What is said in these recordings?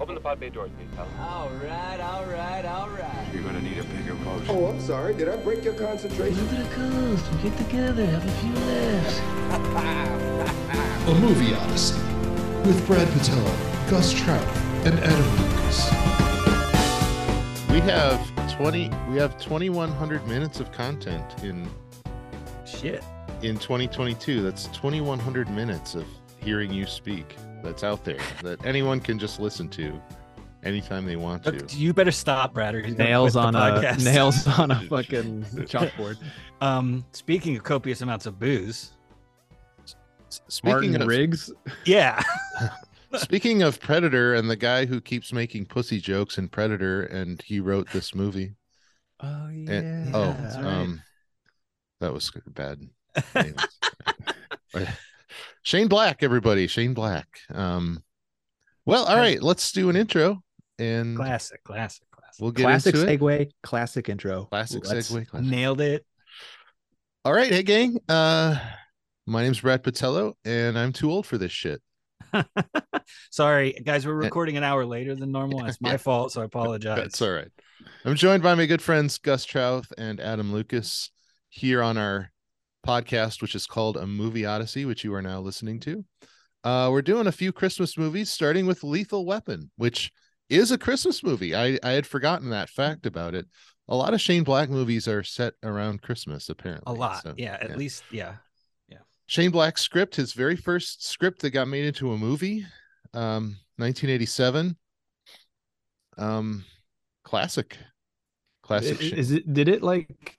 Open the pod bay doors, please, pal. All right, all right, all right. You're gonna need a bigger boat. Oh, I'm sorry. Did I break your concentration? Look at the coast. We get together, have a few laughs. A Movie Odyssey with Brad Patello, Gus Trout, and Adam Lucas. We have twenty. We have twenty one hundred minutes of content in Shit. in 2022. That's twenty one hundred minutes of hearing you speak. That's out there that anyone can just listen to anytime they want to. Look, you better stop, Brad. or he's gonna nails quit on the a podcast. nails on a fucking chalkboard. Um, speaking of copious amounts of booze, Speaking Martin of, Riggs. yeah, speaking of Predator and the guy who keeps making pussy jokes in Predator, and he wrote this movie. Oh yeah. And, oh, that's right. um, that was bad. Anyways. Shane Black, everybody, Shane Black. Um, well, all right, let's do an intro and classic, classic, classic. we'll get classic into it. segue, classic intro. Classic Let's- segue. classic- Nailed it. All right, hey gang. Uh, my name's Brad Patello, and I'm too old for this shit. Sorry, guys, we're Eh. Yeah. recording an hour later than normal. It's my Yeah. fault, so I apologize. That's all right. I'm joined by my good friends Gus Trouth and Adam Lucas here on our podcast, which is called A Movie Odyssey, which you are now listening to. Uh, we're doing a few Christmas movies, starting with Lethal Weapon, which is a Christmas movie. I, I had forgotten that fact about it. A lot of Shane Black movies are set around Christmas, apparently. A lot, So, yeah. At least, yeah. Shane Black's script, his very first script that got made into a movie, um, 1987. Um, classic, classic. Is, Shane- is it did it like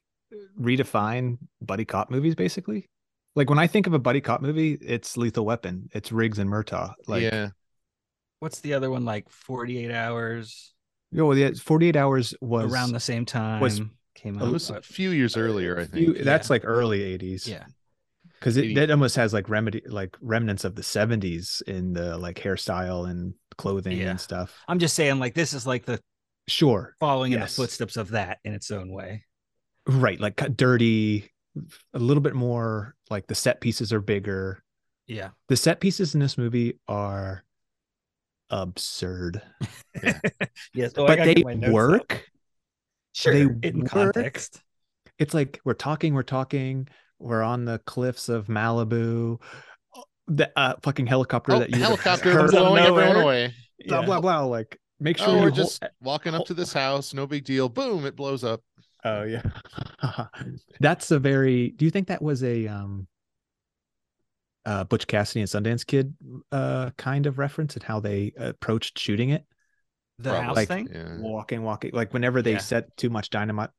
redefine buddy cop movies basically? Like when I think of a buddy cop movie, it's Lethal Weapon, it's Riggs and Murtaugh. Like yeah, What's the other one? Like forty-eight hours you know, yeah, 48 hours was around the same time was- came it out. was a but- few years earlier, I you- think. Uh, that's like early 80s. Yeah. Cuz it 80. that almost has like remedy like remnants of the 70s in the like hairstyle and clothing Yeah. and stuff. I'm just saying, like this is like the Sure. following in the Yes. footsteps of that in its own way. Right, like cut dirty a little bit more like the set pieces are bigger. Yeah. The set pieces in this movie are absurd. Yeah. So I but gotta they get my notes up. work. Sure. they in work. context. It's like we're talking, we're talking, we're on the cliffs of Malibu. The uh, fucking helicopter Oh, that you would have helicopter heard- Comes out of blowing everyone nowhere. away. blah blah blah. Like make sure oh, you we're hold- just walking up to this house. No big deal. Boom! It blows up. Oh yeah. That's a very do you think that was a um uh Butch Cassidy and Sundance Kid uh kind of reference and how they approached shooting it? The Probably. house Like- thing. Yeah. Walking, walking like whenever they Mm-hmm. Yeah. set too much dynamite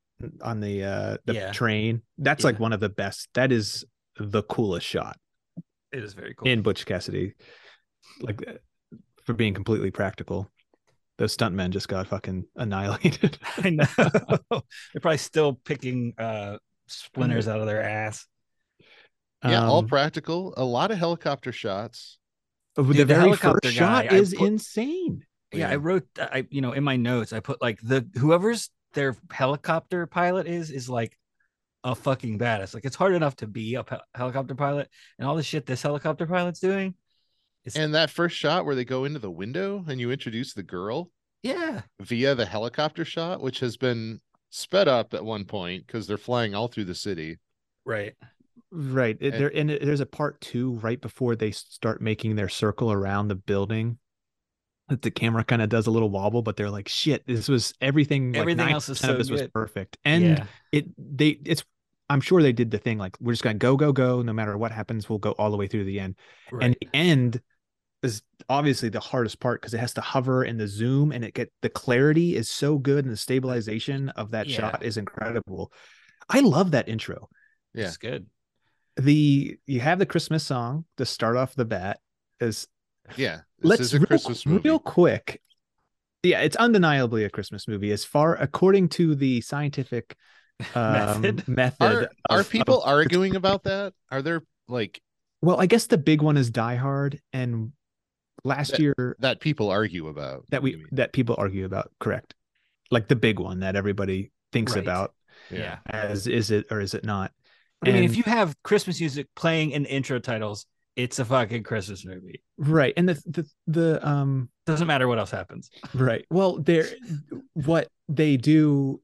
on the uh the Yeah. train. That's like one of the best. That is the coolest shot It is very cool. in Butch Cassidy. Like uh, for being completely practical. Those stuntmen just got fucking annihilated. I know. They're probably still picking uh splinters out of their ass. Yeah, all Um, practical. A lot of helicopter shots. Oh, Dude, the, the very helicopter first shot guy, I is put- insane. Yeah, Yeah. I wrote I you know, in my notes, I put like the whoever's their helicopter pilot is is like a fucking badass. Like it's hard enough to be a hel- helicopter pilot and all the shit this helicopter pilot's doing. And that first shot where they go into the window and you introduce the girl Yeah. via the helicopter shot, which has been sped up at one point because they're flying all through the city. Right. Right. It, Eh. there and it- there's a part two right before they start making their circle around the building. That the camera kind of does a little wobble, but they're like, "Shit, this was everything." like, Everything else is 90% of so this was good. perfect, and yeah. it they it's. I'm sure they did the thing like we're just gonna go go go no matter what happens we'll go all the way through the end Right. and the end is obviously the hardest part because it has to hover and the zoom and it get the clarity is so good and the stabilization of that Yeah. shot is incredible. I love that intro Yeah. it's good. the you have the Christmas song to start off the bat is Yeah. This let's is a real, Christmas movie. real quick. Yeah, it's undeniably a Christmas movie as far according to the scientific um, Method. method. Are, are uh, of- people of- arguing about that? Are there like well, I guess the big one is Die Hard, and last year that people argue about that you we mean? that people argue about, correct? Like the big one that everybody thinks Right. about Yeah. as is it or is it not? I mean, And- if you have Christmas music playing in the intro titles, It's a fucking Christmas movie. right and the the the um Doesn't matter what else happens. right well they're what they do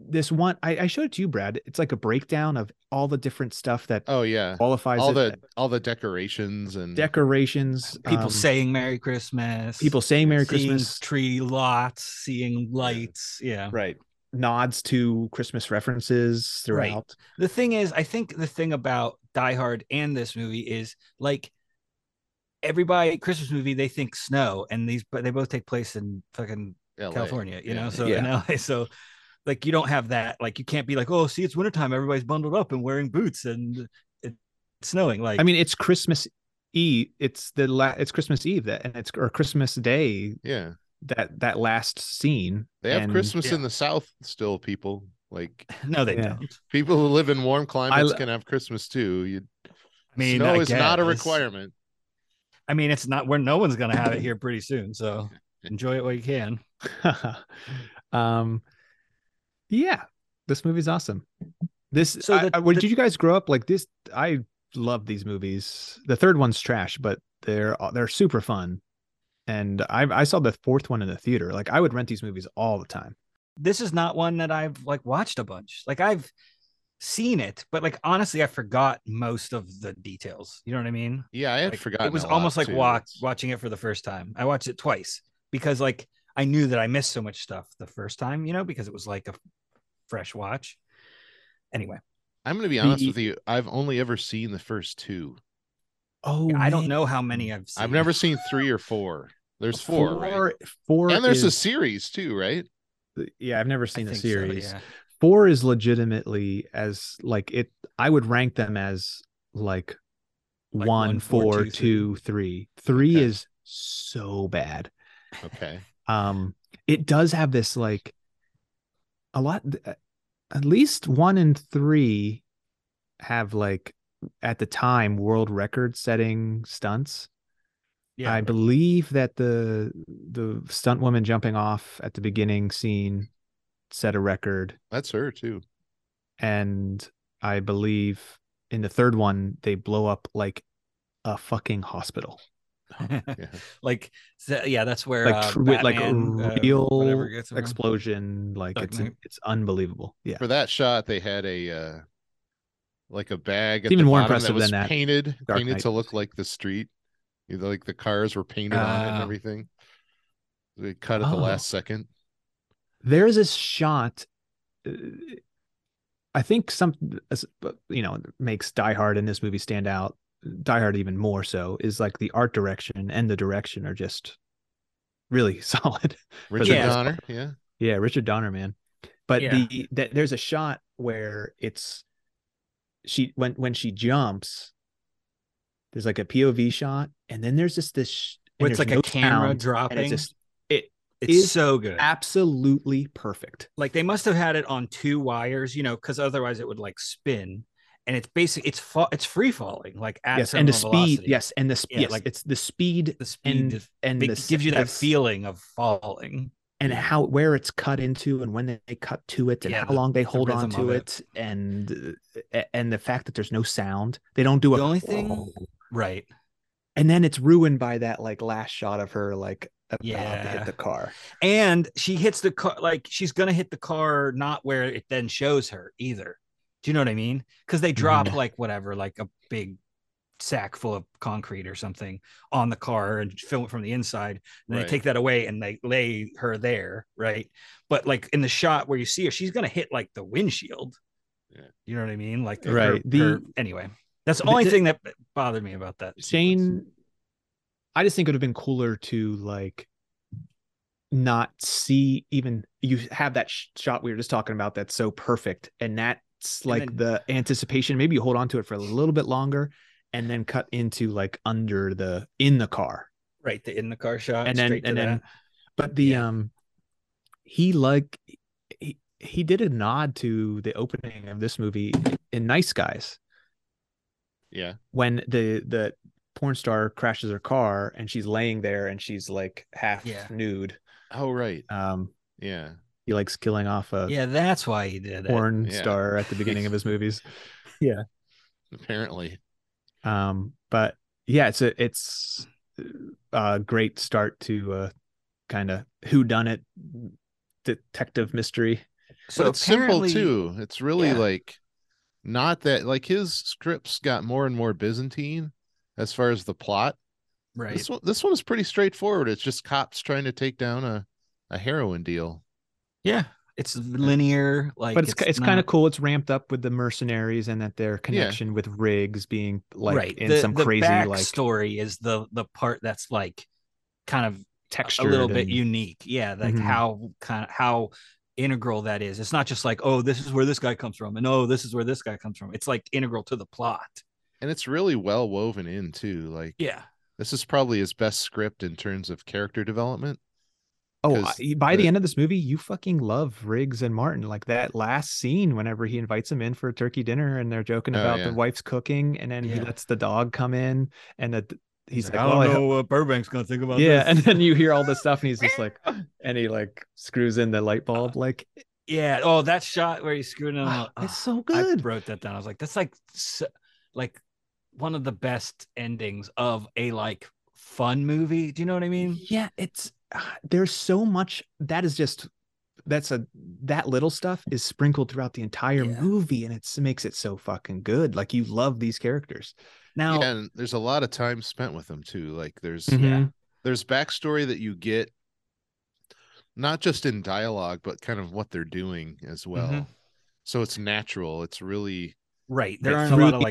this one I, I showed it to you brad it's like a breakdown of all the different stuff that Oh yeah, qualifies all it, the all the decorations and decorations People um, saying Merry Christmas. people saying merry seeing christmas Tree lots, seeing lights. Yeah. right nods to christmas references Right. throughout The thing is, I think the thing about Die Hard and this movie is like everybody Christmas movie they think snow, and these but they both take place in fucking LA. California, you Yeah. know, so Yeah. in LA, so like you don't have that. Like you can't be like, oh, see, it's wintertime, everybody's bundled up and wearing boots and it's snowing. Like I mean, it's Christmas Eve. It's the la- it's Christmas Eve that, and it's or Christmas Day Yeah, that that last scene. they have and Christmas yeah. in the South still. People like no, they Yeah. don't. people who live in warm climates l- can have Christmas too. You, I mean, snow I is not a guess. requirement. I mean, it's not where no one's gonna have it here pretty soon. So enjoy it while you can. um, yeah, this movie's awesome. This So so the- where the- did you guys grow up? Like this, I love these movies. The third one's trash, but they're they're super fun. And I I saw the fourth one in the theater. Like I would rent these movies all the time. This is not one that I've like watched a bunch. Like I've seen it, but like honestly, I forgot most of the details. You know what I mean? Yeah, I had Like, forgotten. It was a lot, almost like too. wa- watching it for the first time. I watched it twice because like I knew that I missed so much stuff the first time, you know, because it was like a fresh watch. Anyway, I'm going to be honest The- with you. I've only ever seen the first two. Oh, I don't man. know how many I've seen. I've never seen three or four. There's four, right? Four, four and there's is- a series too, right? yeah, I've never I seen the think so, series. yeah. Four is legitimately as like it. I would rank them as like, Like one, four, two, three. Three Okay. is so bad. Okay. Um, it does have this like a lot. At least one and three have like at the time world record setting stunts. Yeah. I believe that the the stunt woman jumping off at the beginning scene set a record, That's her too. and I believe in the third one they blow up like a fucking hospital, Yeah. like so- yeah, that's where like uh, tr- with, like Batman, uh, whatever real gets around. explosion. Like Dark it's Knight. it's unbelievable. Yeah, For that shot, they had a uh like a bag at It's even the more bottom impressive that was than that, painted Dark painted Knight. to look like the street. You know, Like the cars were painted on it and Ah. everything. They cut at the Oh. last second. there is a shot. uh, I think some as- but, you know makes Die Hard in this movie stand out. Die Hard even more so is like the art direction and the direction are just really solid. Richard Yeah. Donner. Yeah. yeah, Richard Donner, man. But Yeah. the that there's a shot where it's she when when she jumps. There's like a POV shot, and then there's just this. sh- and Where it's there's like a no camera sound, and dropping. it's just it's is so good. absolutely perfect. like they must have had it on two wires, you know, because otherwise it would like spin. And it's basically it's fa- it's free falling like at yes, and the terminal speed. velocity. Yes, and the speed. Yeah, yes, like- it's the speed the speed and is- and it the s- gives you the that s- feeling of falling. and Yeah. how where it's cut into and when they cut to it and Yeah, how the- long they hold on rhythm to of it, it. and uh, and the fact that there's no sound they don't do The a only thing- Right. and then it's ruined by that like last shot of her like about to Yeah. hit the car And she hits the car like she's gonna hit the car not where it then shows her either. Do you know what I mean? Because they drop Mhm. like whatever, like a big sack full of concrete or something on the car and film it from the inside. And Right. they take that away and they lay her there, right? But like in the shot where you see her, she's gonna hit like the windshield. Yeah. You know what I mean? Like her- Right. The- her- anyway. That's the The- only the- thing that bothered me about that. sequence. shane i just think it would have been cooler to like not see even you have that sh- shot we were just talking about that's so perfect and that's And then- like the anticipation maybe you hold on to it for a little bit longer and then cut into like under the in the car right the in the car shot and then straight to and then that. but the Yeah. um he like he, he did a nod to the opening of this movie in nice guys Yeah. when the the porn star crashes her car and she's laying there and she's like half Yeah. nude Oh right. um Yeah. he likes killing off a yeah that's why he did it porn Yeah. star at the beginning of his movies Apparently. um but yeah, it's a it's uh, a great start to uh kind of who done it detective mystery. So it's simple apparently- too. It's really Yeah. like not that like his scripts got more and more Byzantine as far as the plot. Right. This one this one is pretty straightforward. It's just cops trying to take down a, a heroin deal. Yeah. It's linear. Like, but it's it's, kind not- of cool. It's ramped up with the mercenaries and that their connection with rigs being like in the, some the crazy like story is the the part that's like kind of texture. a little bit unique. Yeah, like Mhm. how kind of how integral that is. It's not just like oh, this is where this guy comes from, and oh, this is where this guy comes from. It's like integral to the plot. And it's really well woven in too. Like Yeah, this is probably his best script in terms of character development. Oh, 'cause I- by the, the- end of this movie, you fucking love Riggs and Martin. Like that last scene, whenever he invites him in for a turkey dinner, and they're joking Oh, about yeah. the wife's cooking, and then he Yeah. lets the dog come in, and the, he's like, I "Well, don't I know hope-" what Burbank's gonna think about yeah," this. and then you hear all this stuff, and he's just like, and he like screws in the light bulb, like yeah. Oh, that shot where he's screwing him. "Ah, up. it's so I good. wrote that down. I was like, that's like s- like one of the best endings of a like fun movie. Do you know what I mean? yeah, it's ah, there's so much that is just that's a that little stuff is sprinkled throughout the entire Yeah. movie, and it's makes it so fucking good. Like you love these characters. Now, yeah, and there's a lot of time spent with him too. Like there's Mm-hmm. Mhm. there's backstory that you get not just in dialogue, but kind of what they're doing as well. Mhm. So it's natural. It's really Right. There Right, aren't a through lot of like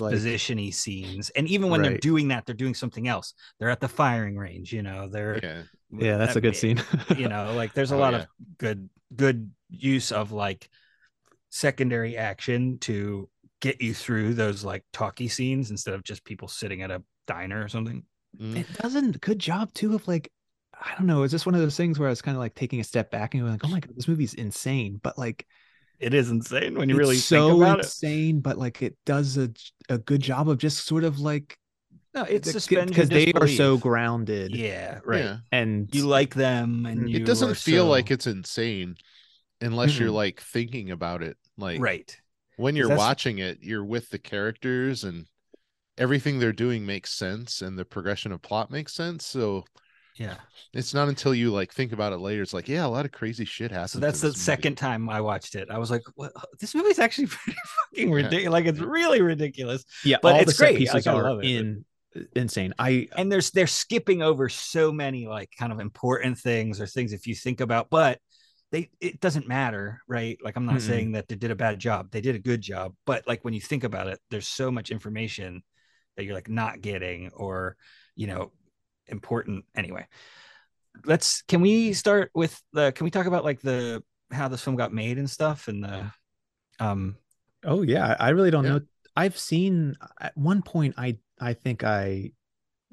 investigations, like- exposition y scenes. And even when they're Right. doing that, they're doing something else. They're at the firing range, you know, they're, yeah. Yeah, that's a good that- scene. you know, like there's a Oh, lot yeah. of good, good use of like secondary action to get you through those like talky scenes instead of just people sitting at a diner or something. Mm. it doesn't good job too of like i don't know is this one of those things where i was kind of like taking a step back and going like oh my god this movie's insane but like It is insane when you it's really so think about insane but like it does a, a good job of just sort of like it. No, it's because they are so grounded Yeah, right. Yeah. and You like them, and you Mm, It doesn't are feel so- Mm-hmm. like it's insane unless you're like thinking about it. Like right. when you're that's- watching it, you're with the characters and everything they're doing makes sense and the progression of plot makes sense. So Yeah. it's not until you like think about it later. It's like, yeah, a lot of crazy shit happens. So in that's the this movie. second time I watched it. I was like, what? this movie's actually pretty fucking Yeah. ridiculous. Like it's really ridiculous. yeah but all it's the set great. pieces Like, I are love it. in insane i And there's they're skipping over so many like kind of important things or things if you think about, but they it doesn't matter, right? Like I'm not Mm-mm. saying that they did a bad job. They did a good job, but like when you think about it, there's so much information that you're like not getting or you know important anyway. Let's can we start with the can we talk about like the how this film got made and stuff and the um Oh yeah, I I really don't Yeah. know. I've seen at one point I I think I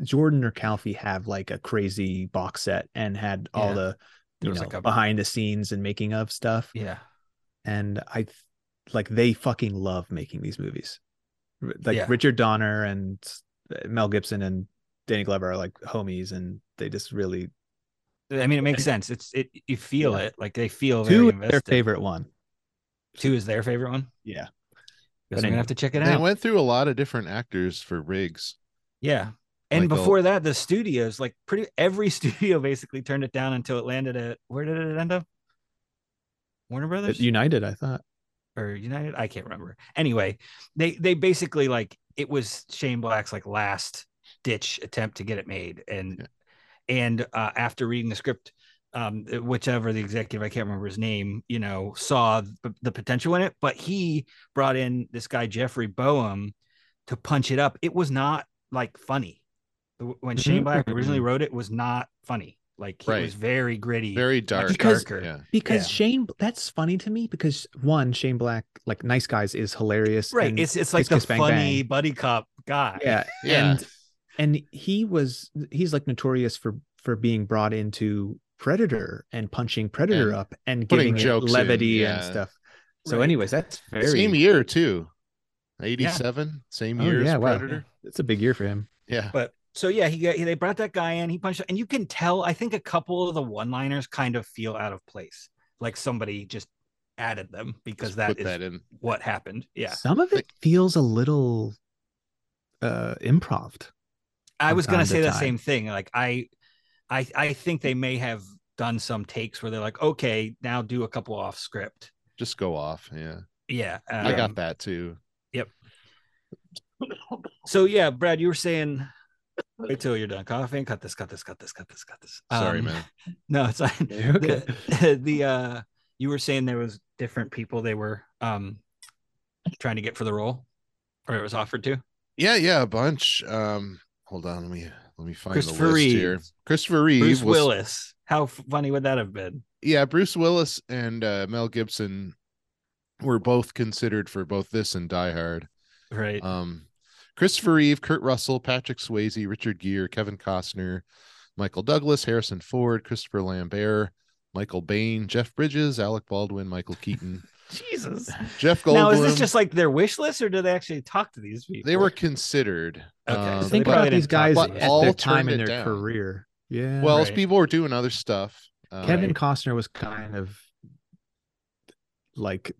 Jordan or Calfee have like a crazy box set and had all Yeah. the There you was know, like a- behind the scenes and making of stuff yeah and I th- like they fucking love making these movies. R- Like Yeah. Richard Donner and Mel Gibson and Danny Glover are like homies and they just really I mean, it makes sense. It's it. You feel Yeah. it. Like they feel very two is invested. their favorite one. Two is their favorite one. Yeah. Guess we're But gonna anyway. have to check it they out. went through a lot of different actors for Riggs. yeah. And Michael- before that, the studios, like pretty every studio, basically turned it down until it landed at where did it end up? Warner Brothers United, I thought. or United? I can't remember. Anyway, they they basically like it was Shane Black's like last ditch attempt to get it made, and Yeah. and uh, after reading the script, um, whichever the executive I can't remember his name, you know, saw the, the potential in it, but he brought in this guy Jeffrey Boehm to punch it up. It was not like funny. The- When Shane Black originally wrote it, was not funny. Like it Mm-hmm. Right. was very gritty. Very dark. because- darker. Yeah. because Yeah. Shane that's funny to me because one Shane Black like Nice Guys is hilarious right. and- it's it's like Kiss, the Kiss, Bang, funny Bang. buddy cop guy. yeah Yeah. and and he was he's like notorious for for being brought into Predator and punching Predator And up and putting giving it jokes in, levity and yeah. stuff so Right. anyways that's very Same year too. 87, same oh, year yeah as wow Predator. it's a big year for him Yeah. But so yeah, he got he, they brought that guy in. He punched, and you can tell. I think a couple of the one-liners kind of feel out of place, like somebody just added them because Just that put is that in. what happened. Yeah, some of it feels a little uh improv I from was gonna time to say the time. same thing. Like I, I, I think they may have done some takes where they're like, okay, now do a couple off script. Just go off. Yeah. Yeah, I um, got that too. So yeah, Brad, you were saying. Wait till you're done coughing. Cut this. Cut this. Cut this. Cut this. Cut this. Sorry, Um, man. No, it's fine. Okay. The, the uh, you were saying there was different people they were um trying to get for the role, or it was offered to. Yeah, yeah, a bunch. Um, hold on, let me let me find the list Christopher Reeve. here. Christopher Reeve Bruce was- Willis. How f- funny would that have been? yeah, Bruce Willis and uh, Mel Gibson were both considered for both this and Die Hard. Right. Uh, Um, Christopher Reeve, Kurt Russell, Patrick Swayze, Richard Gere, Kevin Costner, Michael Douglas, Harrison Ford, Christopher Lambert, Michael Bain, Jeff Bridges, Alec Baldwin, Michael Keaton, Jesus. Jeff Goldblum. Now is this just like their wish list, or do they actually talk to these people? they were considered. um, Okay, so think they but- about probably these didn't talk guys about at it. All their time turned in it their down. career yeah well, right. people were doing other stuff. Uh, Kevin Costner was kind of like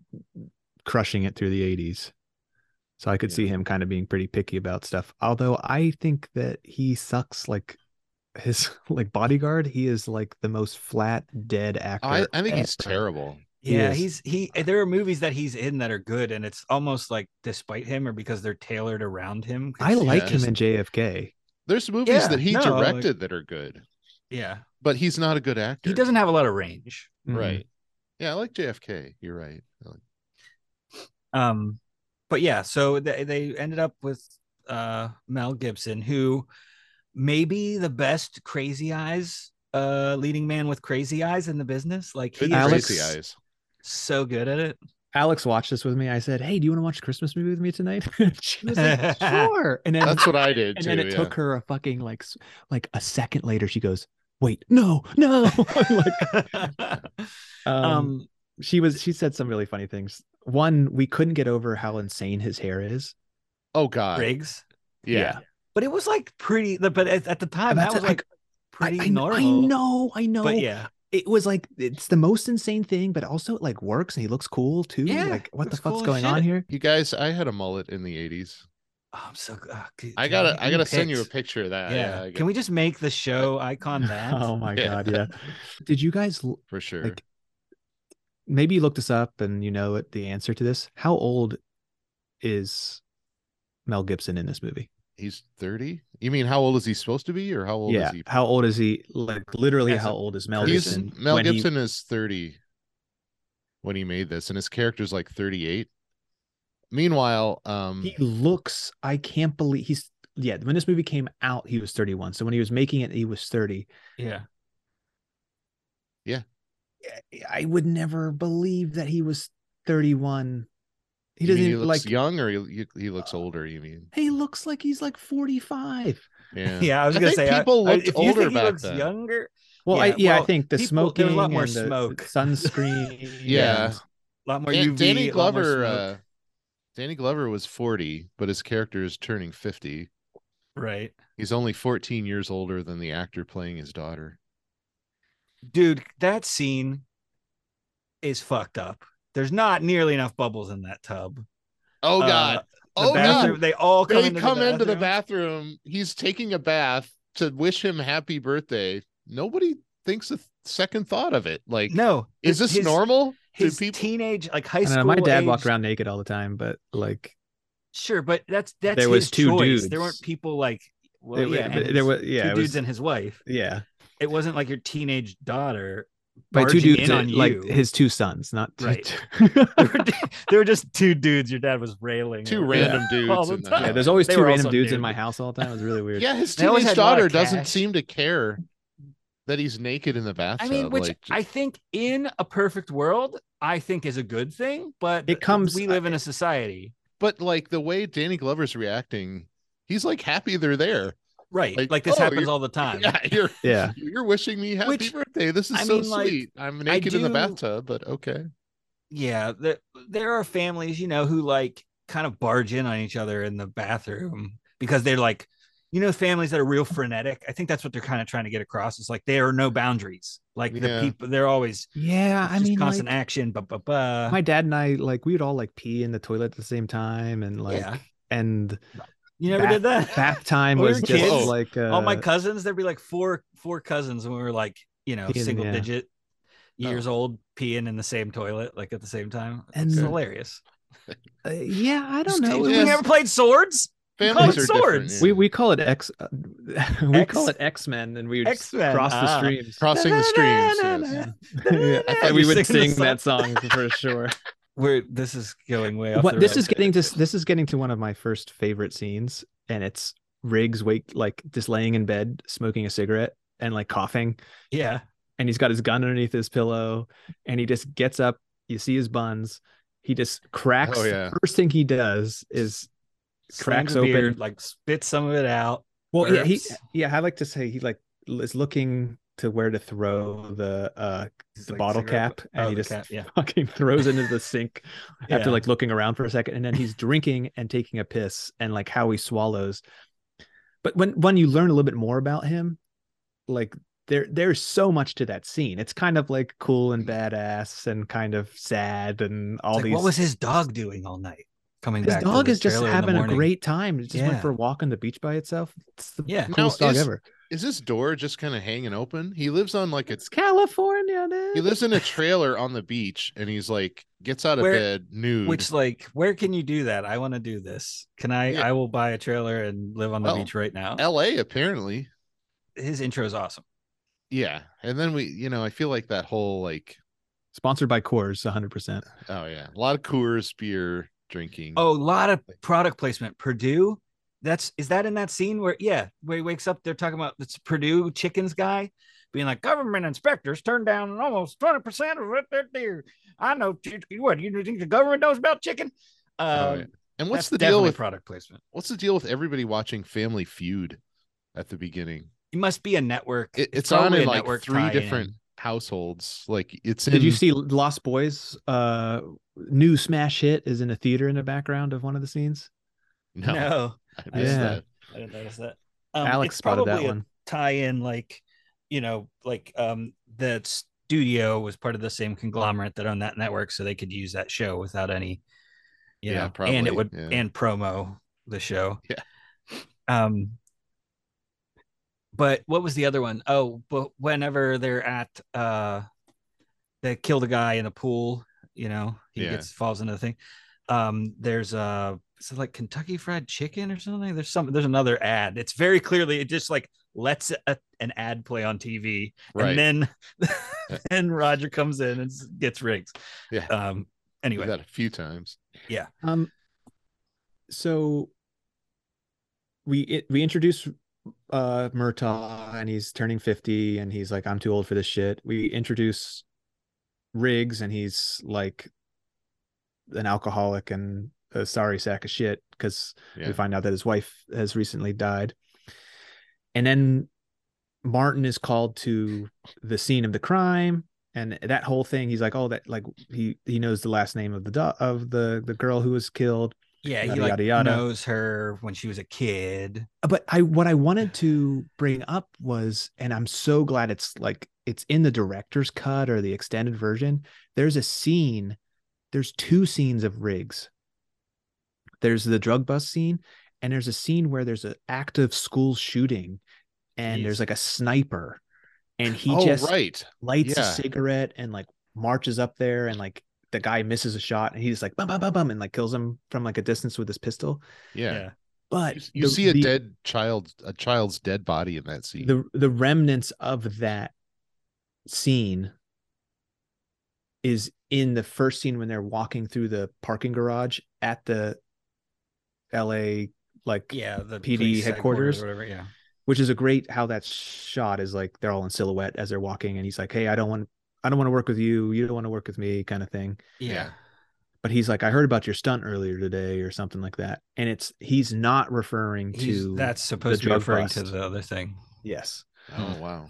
crushing it through the 80s. So I could see him kind of being pretty picky about stuff. Although I think that he sucks like his like bodyguard, he is like the most flat dead actor. I, I think he's ever. terrible. He Yeah, is. he's he. There are movies that he's in that are good, and it's almost like despite him or because they're tailored around him. 'cause I he's like just- him in JFK. There's movies Yeah, that he no, like- directed that are good, Yeah, but he's not a good actor. he doesn't have a lot of range. Mhm. right. Yeah, I like JFK. You're right. I like- Um, but yeah, so they they ended up with uh Mel Gibson, who maybe the best Crazy Eyes uh leading man with Crazy Eyes in the business. Like Good he Alex- Alex, crazy eyes. so good at it. Alex watched this with me. I said, Hey, do you want to watch a Christmas movie with me tonight? she was like, Sure. And then That's what I did and too. then it yeah. took her a fucking like s- like a second later she goes wait no no Oh I'm like um, um, she was she said some really funny things one we couldn't get over how insane his hair is oh God. Riggs. Yeah. but it was like pretty the- but at, at the time that That's was it, like I- pretty I, kn- normal I know i know but yeah it was like it's the most insane thing but also it like works and he looks cool too Yeah, like what the looks fuck's cool as going on shit. here You guys, I had a mullet in the '80s. oh, i'm so g- oh, good- I dude, gotta, need I gotta send you a pics. picture of that. yeah, I can we just make the show icon that oh my Yeah. god yeah did you guys l- for sure. like- maybe you look this up and you know it, the answer to this how old is mel gibson in this movie he's 30. You mean how old is he supposed to be, or how old yeah. is he? How old is he? Like literally, As how a old is Mel He's- Gibson? Mel when he- Gibson is 30 when he made this, and his character's like 38. Meanwhile, um, He, looks. I can't believe he's. Yeah, when this movie came out, he was 31. So when he was making it, he was 30. yeah I would never believe that he was 31. He doesn't you mean even, he looks like. young or he, you- he looks older you mean He looks like he's like 45. yeah yeah, i was I gonna think say I- people I, looked if you older think he back looks then. younger Well, I, Yeah, yeah, I well, think the people- there smoking. was a lot more and the smoke. Sunscreen. Yeah. and- a lot more Dan- uv danny a lot more glover smoke. uh danny glover was 40 but his character is turning 50 right he's only 14 years older than the actor playing his daughter dude that scene is fucked up there's not nearly enough bubbles in that tub oh Uh, god the oh bathroom god they all come they into come the into the bathroom. bathroom he's taking a bath to wish him happy birthday nobody thinks a th- second thought of it like no is his- this his- normal do his people teenage like I high don't school know, my dad age, walked around naked all the time, but like Sure, but that's that's There his was two choice. dudes. There weren't people like well, it, yeah, yeah, and there his was yeah, two it dudes was, and his wife. yeah. It wasn't like your teenage daughter. by two barging in dudes, on uh, like you. his two sons, not two, Right. there, were, there were just two dudes. Your dad was railing. two at. random All dudes the in the time. yeah, house. there's always They two were random also dudes in nude. my house all the time. It was really weird. Yeah, his They always teenage had a lot of daughter doesn't cash. seem to care that he's naked in the I bathtub. mean, which like, I think in a perfect world, I think is a good thing, but It comes- we live in a society. but like the way Danny Glover's reacting, he's like happy they're there. Right. like, Like, this oh, happens you're- all the time. Yeah, you're Yeah. you're wishing me happy Which, birthday. This is I so mean, like, sweet. I'm naked in the do- bathtub, but okay. yeah there, there are families you know who like kind of barge in on each other in the bathroom because they're like you know families that are real frenetic i think that's what they're kind of trying to get across it's like there are no boundaries like Yeah. the people they're always Yeah, I just mean, constant like, action but but but my dad and I, like, we would all like pee in the toilet at the same time, and like, yeah and You never did that? bath time When we was were just kids, like uh, All my cousins, there'd be like four four cousins when we were like, you know, Peeing, single yeah. Oh. digit years old peeing in the same toilet, like at the same time. And- It's hilarious. uh, yeah, I Just don't know. teach It We us. was- never played swords? Families Oh, are different. swords. yeah. we we call it X. uh, we X? call it X Men, and we would just X-Men, cross ah. the streams. crossing the streams. yes. Yeah, I and we would sing that song for sure. We're this is going way off. What the this rails. is getting to this is getting to one of my first favorite scenes, and it's Riggs wake like just laying in bed smoking a cigarette and like coughing, yeah. and he's got his gun underneath his pillow, and he just gets up. You see his buns. He just cracks. Oh, yeah. First thing he does is Cracks Slams a beer, open. like spits some of it out. Well, yeah, he burps. yeah, I like to say he like l- is looking to where to throw the uh He's the like, bottle cigarette cap, and oh, he the just cap, yeah. fucking throws into the sink Yeah. after like looking around for a second, and then he's drinking and taking a piss, and like how he swallows. But when when you learn a little bit more about him, like there there's so much to that scene. It's kind of like cool and badass, and kind of sad, and all Mm-hmm. It's like, these. What was his dog doing all night? Coming his back. to dog the is just trailer in the having a morning. great time. It just Yeah. went for a walk on the beach by itself. It's the Yeah. Now, coolest dog is- ever. Is this door just kind of hanging open? He lives on like a It's California, dude. he lives in a trailer on the beach, and he's like gets out of Where- bed nude. Which like, where can you do that? I want to do this. Can I? Mm. Yeah. I will buy a trailer and live on the Well, beach right now. L.A. apparently, His intro is awesome. Mm. yeah. And then we, you know, I feel like that whole like Sponsored by Coors, 100%. oh yeah, a lot of Coors beer drinking. Oh, a lot of product placement. Purdue. That's is that in that scene where yeah, where he wakes up, they're talking about it's Purdue chickens guy being like government inspectors turned down almost 20% of what they're there. I know chi- what you think the government knows about chicken. Oh, Um, yeah. and that's what's the deal definitely with product placement? what's the deal with everybody watching Family Feud at the beginning? It must be a network. It, it's on probably in a like network three tie-in. different households. Like it's in. Did you Hmm. see Lost Boys? Uh, new smash hit is in a theater in the background of one of the scenes. No, No, I missed Yeah. that. I didn't notice that. Um, Alex it's spotted that probably a one. tie in like you know like um the studio was part of the same conglomerate that owned that network so they could use that show without any you Yeah, know and probably, it would yeah. and promo the show Yeah. um but what was the other one? Oh, but whenever they're at uh they kill the guy in the pool, you know, he Yeah. gets falls into the thing. Um there's uh is it like Kentucky Fried Chicken or something? There's some there's another ad. It's very clearly it just like lets a, an ad play on TV, Right. and then and Roger comes in and s- gets rigs. Yeah. Um. Did Anyway, that a few times. Um, so we it, we introduce uh Murtaugh and he's turning 50 and he's like I'm too old for this shit. We introduce Riggs and he's like an alcoholic and a sorry sack of shit cuz Yeah. we find out that his wife has recently died. And then Martin is called to the scene of the crime and that whole thing he's like oh that like he he knows the last name of the do- of the the girl who was killed yeah, he yada, like yada, yada. knows her when she was a kid. but I what I wanted to bring up was, and I'm so glad it's like it's in the director's cut or the extended version. There's a scene, there's two scenes of Riggs. There's the drug bust scene, and there's a scene where there's an active school shooting, and Jeez. there's like a sniper, and he oh just right, lights a Yeah. cigarette and like marches up there, and like the guy misses a shot, and he's like bum bum bum bum, and like kills him from like a distance with his pistol. yeah. But You, you the- see a the- dead child, a child's dead body in that scene. the the remnants of that scene is in the first scene when they're walking through the parking garage at the LA like yeah. The PD police headquarters. whatever. Yeah, which is a great how that's shot is like they're all in silhouette as they're walking and he's like hey I don't want I don't want to work with you you don't want to work with me kind of thing yeah. but he's like I heard about your stunt earlier today or something like that and it's he's not referring He's- to that's supposed to be drug referring to bust. the other thing. yes oh wow,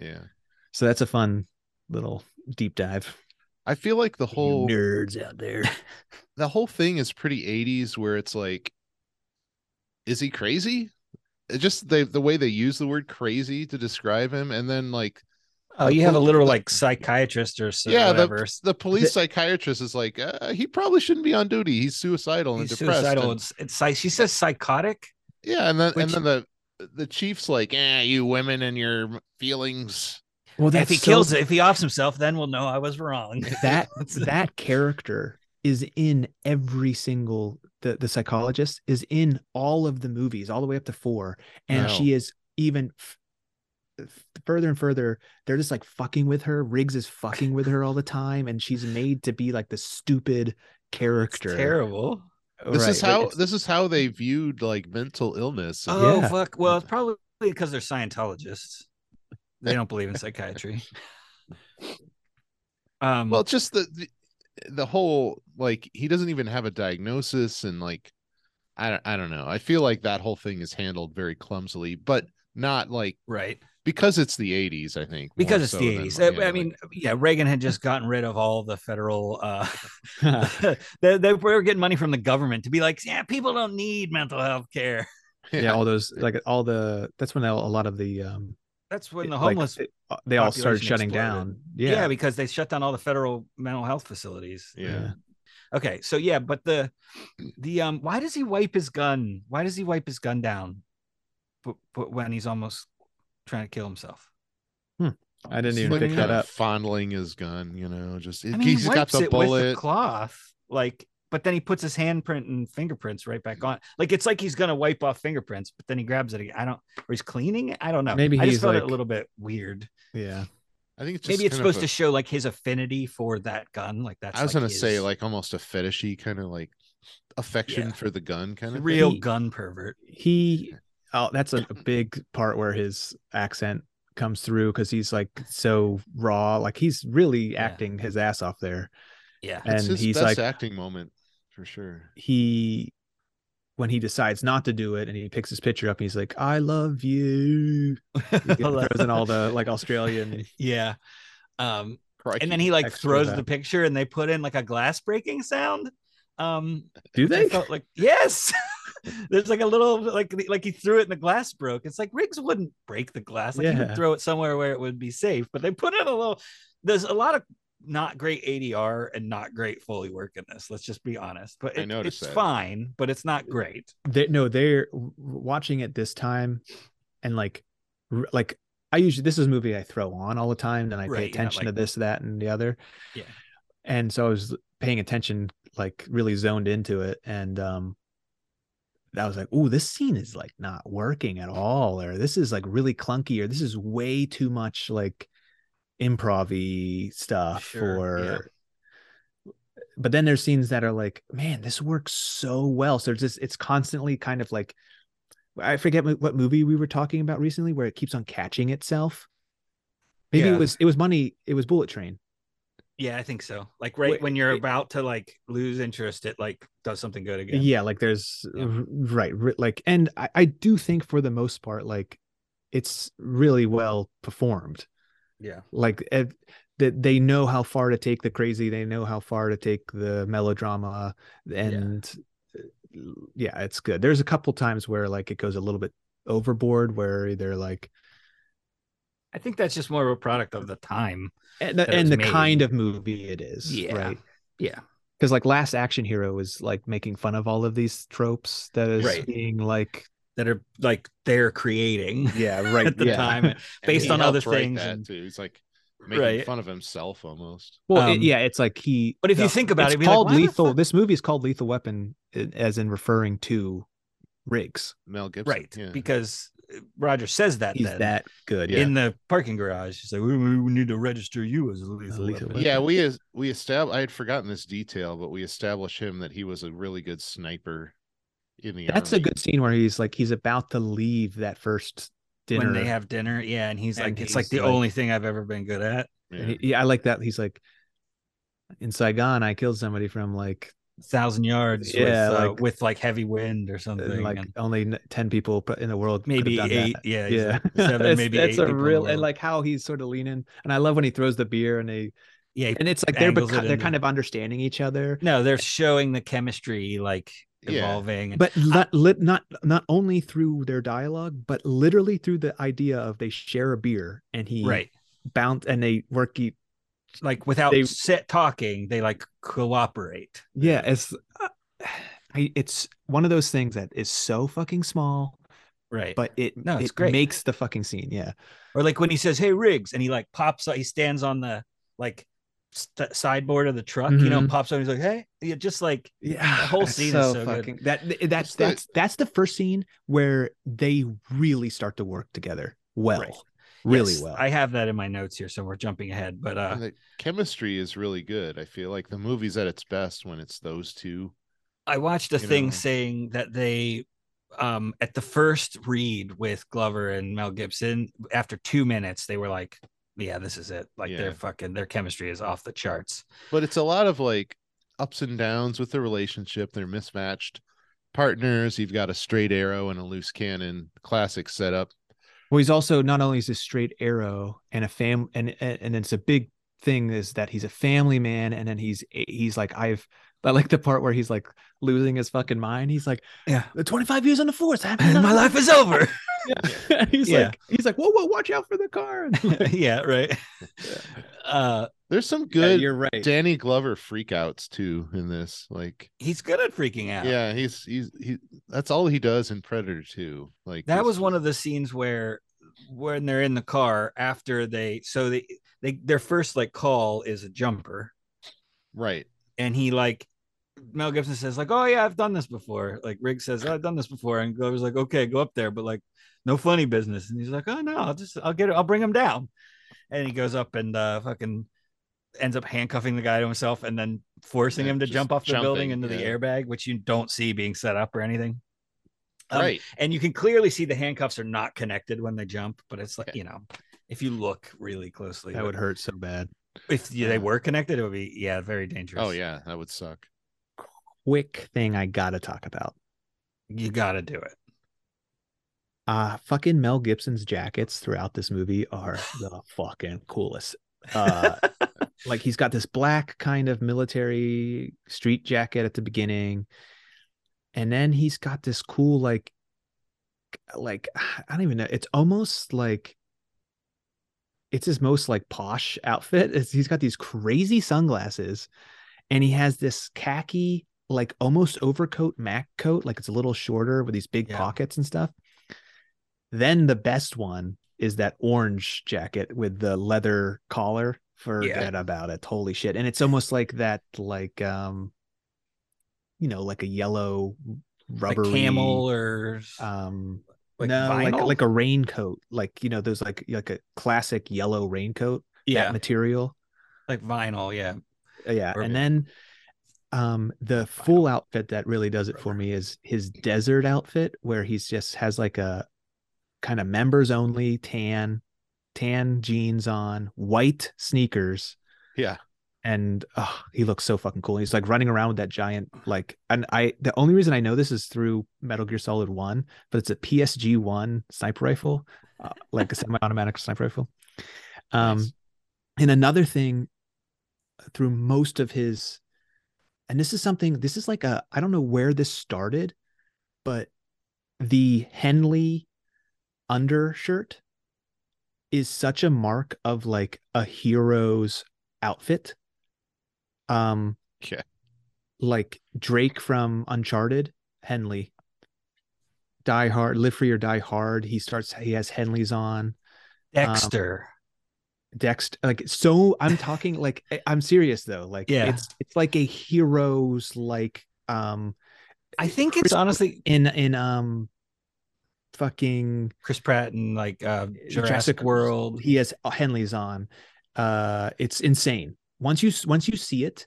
yeah. so that's a fun little deep dive I feel like the whole you nerds out there the whole thing is pretty 80s, where it's like, is he crazy? It just the the way they use the word crazy to describe him, and then like Oh, The you have a pol- literal the- like psychiatrist or so, yeah, whatever. the, the police psychiatrist is like uh, he probably shouldn't be on duty. He's suicidal and He's depressed. suicidal. and- It's, it's psy- she says psychotic. Yeah, and then and Which- then the the chief's like, "Eh, you women and your feelings." Well, if he kills it, if he offs himself, then we'll know I was wrong. that That's- that character is in every single the the psychologist is in all of the movies all the way up to four and Wow. she is even f- f- further and further they're just like fucking with her riggs is fucking with her all the time and she's made to be like the stupid It's character terrible. This is Right, like, how it's- this is how they viewed like mental illness. and- Oh Yeah. fuck! Well, it's probably because they're Scientologists. They don't believe in psychiatry. Um, Well, just the, the the whole like he doesn't even have a diagnosis and like I don't I don't know. I feel like that whole thing is handled very clumsily, but not like right. because it's the 80s, I think. more because it's so the than, 80s Uh, yeah, i like- mean yeah reagan had just gotten rid of all the federal uh they, they were getting money from the government to be like yeah people don't need mental health care yeah all those like all the that's when a lot of the um that's when the like, homeless they, they all started population shutting exploded. down yeah, because they shut down all the federal mental health facilities yeah. okay so yeah but the the um why does he wipe his gun why does he wipe his gun down but, but when he's almost trying to kill himself i didn't He's even like pick that kinda up Fondling his gun, you know, just I mean, he he's got wipes the it with bullet. cloth, like, but then he puts his handprint and fingerprints right back on. Like, it's like he's gonna wipe off fingerprints, but then he grabs it. Again. I don't, or he's cleaning it. I don't know. Maybe I just he's found it a like- little bit weird. yeah I think it's just Maybe it's kind of supposed a- to show like his affinity for that gun. Like that's. I was like, gonna say his like almost a fetishy kind of like affection Yeah. for the gun kind of real He- gun pervert. he oh that's a, a big part where his accent comes through because he's like so raw like he's really Yeah. acting his ass off there Yeah. It's and his he's like best acting moment for sure. he when he decides not to do it and he picks his picture up and he's like i love you he throws in all the like australian yeah. Um, Crikey. and then he like extra throws that. the picture, and they put in like a glass breaking sound. Um, do I they felt like yes. There's like a little like like he threw it and the glass broke. It's like Riggs wouldn't break the glass. Like he would Yeah. throw it somewhere where it would be safe. But they put in a little. There's a lot of not great ADR and not great Foley work in this. Let's just be honest. But I it- noticed it's that. fine, but it's not great. they no they're w- watching it this time and like r- like i usually this is a movie i throw on all the time and i Right, pay you're not attention like- to this that and the other Yeah. and so i was paying attention like really zoned into it and um i was like oh this scene is like not working at all or this is like really clunky or this is way too much like improv stuff Sure, or yeah. but then there's scenes that are like, man, this works so well. So it's just it's constantly kind of like I forget mo- what movie we were talking about recently where it keeps on catching itself. Maybe Yeah. it was it was money, it was Bullet Train. Yeah, I think so. Like right Wait, when you're it- about to like lose interest, it like does something good Yeah, again. like there's Yeah. r- right, r- like and I, I do think for the most part, like it's really well performed. Yeah. Like ev- that they know how far to take the crazy, they know how far to take the melodrama, and uh, yeah, it's good. There's a couple times where like it goes a little bit overboard, where they're like, I think that's just more of a product of the time. and the, that it and was the made. kind of movie it is, Yeah. right? Yeah. Because like Last Action Hero is like making fun of all of these tropes that is Right. being like That are like they're creating yeah right at the yeah. time. And based he on other helped write things That and- too. He's like making Right. fun of himself almost. Well, it- Um, yeah, it's like he. but if you the- think about it's it, it'd be like, called why the lethal. fuck- This movie is called Lethal Weapon, i- as in referring to Riggs. Mel Gibson. right Yeah. because Roger says that He's then that good. in the parking garage. He's like, we, we need to register you as a lethal, lethal weapon." weapon. yeah, we is we estab I had forgotten this detail, but we established him that he was a really good sniper in the that's a army. good scene where he's like he's about to leave that first dinner. when they have dinner. Yeah, and he's And like, it's like he's the like- only thing I've ever been good at. Yeah. and he- yeah, I like that. He's like, in Saigon, I killed somebody from like Thousand yards, Yeah, with, uh, like- with like heavy wind or something, uh, like and only n- ten people pr- in the world. could have maybe done eight. that. Yeah, he's Yeah, like, seven, It's- maybe that's eight people a in the real and world. like how he's sort of leaning. And I love when he throws the beer and they yeah. he- and it's like they're Angles it beco- they're in. kind of understanding each other. No, they're showing the chemistry like Yeah. evolving. and but not, lit, not not only through their dialogue but literally through the idea of they share a beer and he right, bounce and they work e, eat like without they- set talking, they like cooperate. yeah it's uh, I, it's one of those things that is so fucking small, Right. but it No, it's it great. makes the fucking scene. Yeah, or like when he says, "Hey Riggs," and he like pops up, he stands on the like st- sideboard of the truck, you know, and pops up. And he's like, "Hey," yeah, just like Mm-hmm. yeah. whole it's scene is so good. that th- that's It's the- that's that's the first scene where they really start to work together well, Right. really yes, well. I have that in my notes here, so we're jumping ahead, but uh, And the chemistry is really good. I feel like the movie's at its best when it's those two. I watched a you thing know. saying that they um at the first read with Glover and Mel Gibson after 2 minutes they were like yeah this is it like Yeah. their fucking their chemistry is off the charts. But it's a lot of like ups and downs with the relationship. They're mismatched partners. You've got a straight arrow and a loose cannon. Classic setup. Well, he's also not only is he a straight arrow and a fam, and and and it's a big thing is that he's a family man, and then he's he's like I've I like the part where he's like losing his fucking mind. He's like, Yeah. twenty five years on the force, I haven't And done my it." life is over. And he's Yeah. like, he's like, whoa, whoa, watch out for the car. And I'm like, yeah, right. Uh There's some "Yeah, good you're right. Danny Glover freakouts too in this. Like, he's good at freaking out. yeah, he's he's he. That's all he does in Predator Two. Like That was one of the scenes where when they're in the car after they so they they their first like call is a jumper right. and he like Mel Gibson says like, "Oh yeah, I've done this before." Like Riggs says, "Oh, "I've done this before," and Glover's like, "Okay, go up there," but like, no funny business. And he's like, "Oh no, I'll just I'll get it. I'll bring him down." And he goes up and uh, fucking ends up handcuffing the guy to himself and then forcing Yeah, him to just jump off the building jumping, into the yeah. airbag, which you don't see being set up or anything. Um, right. And you can clearly see the handcuffs are not connected when they jump, but it's like Yeah. you know, if you look really closely, That but would hurt so bad. If Yeah. they were connected, it would be yeah, very dangerous. Oh yeah, that would suck. Quick thing I gotta talk about. you got to do it. Uh fucking Mel Gibson's jackets throughout this movie are the fucking coolest. Uh like he's got this black kind of military street jacket at the beginning and then he's got this cool like like i don't even know it's almost like it's his most like posh outfit It's- he's got these crazy sunglasses and he has this khaki like almost overcoat mac coat like it's a little shorter with these big Yeah. pockets and stuff then the best one is that orange jacket with the leather collar forget about it holy shit and it's almost like that like um you know like a yellow like rubber camel or s- um uh, like no like vinyl? like a raincoat like you know there's like like a classic yellow raincoat that yeah, Um, material like vinyl, yeah. Uh, yeah Or- and then um the full outfit that really does it for me is his desert outfit where he's just has like a kind of members only tan tan jeans on white sneakers Yeah. and oh, he looks so fucking cool. He's like running around with that giant like, and I the only reason I know this is through Metal Gear Solid One, but it's a PSG one sniper rifle, uh, like a semi-automatic sniper rifle. Um, Nice. and another thing uh, through most of his, and this is something this is like a I don't know where this started, but the Henley undershirt is such a mark of like a hero's outfit. Um, Okay. like Drake from Uncharted, Henley, Die Hard, Live Free or Die Hard. He starts, he has Henleys on. Dexter. Dext, like so. I'm talking like I- I'm serious though. Like Yeah. it's it's like a hero's like um I think it's honestly in in um fucking Chris Pratt and like uh, Jurassic, Jurassic- World. he has Henley's on. Uh, it's insane. Once you once you see it,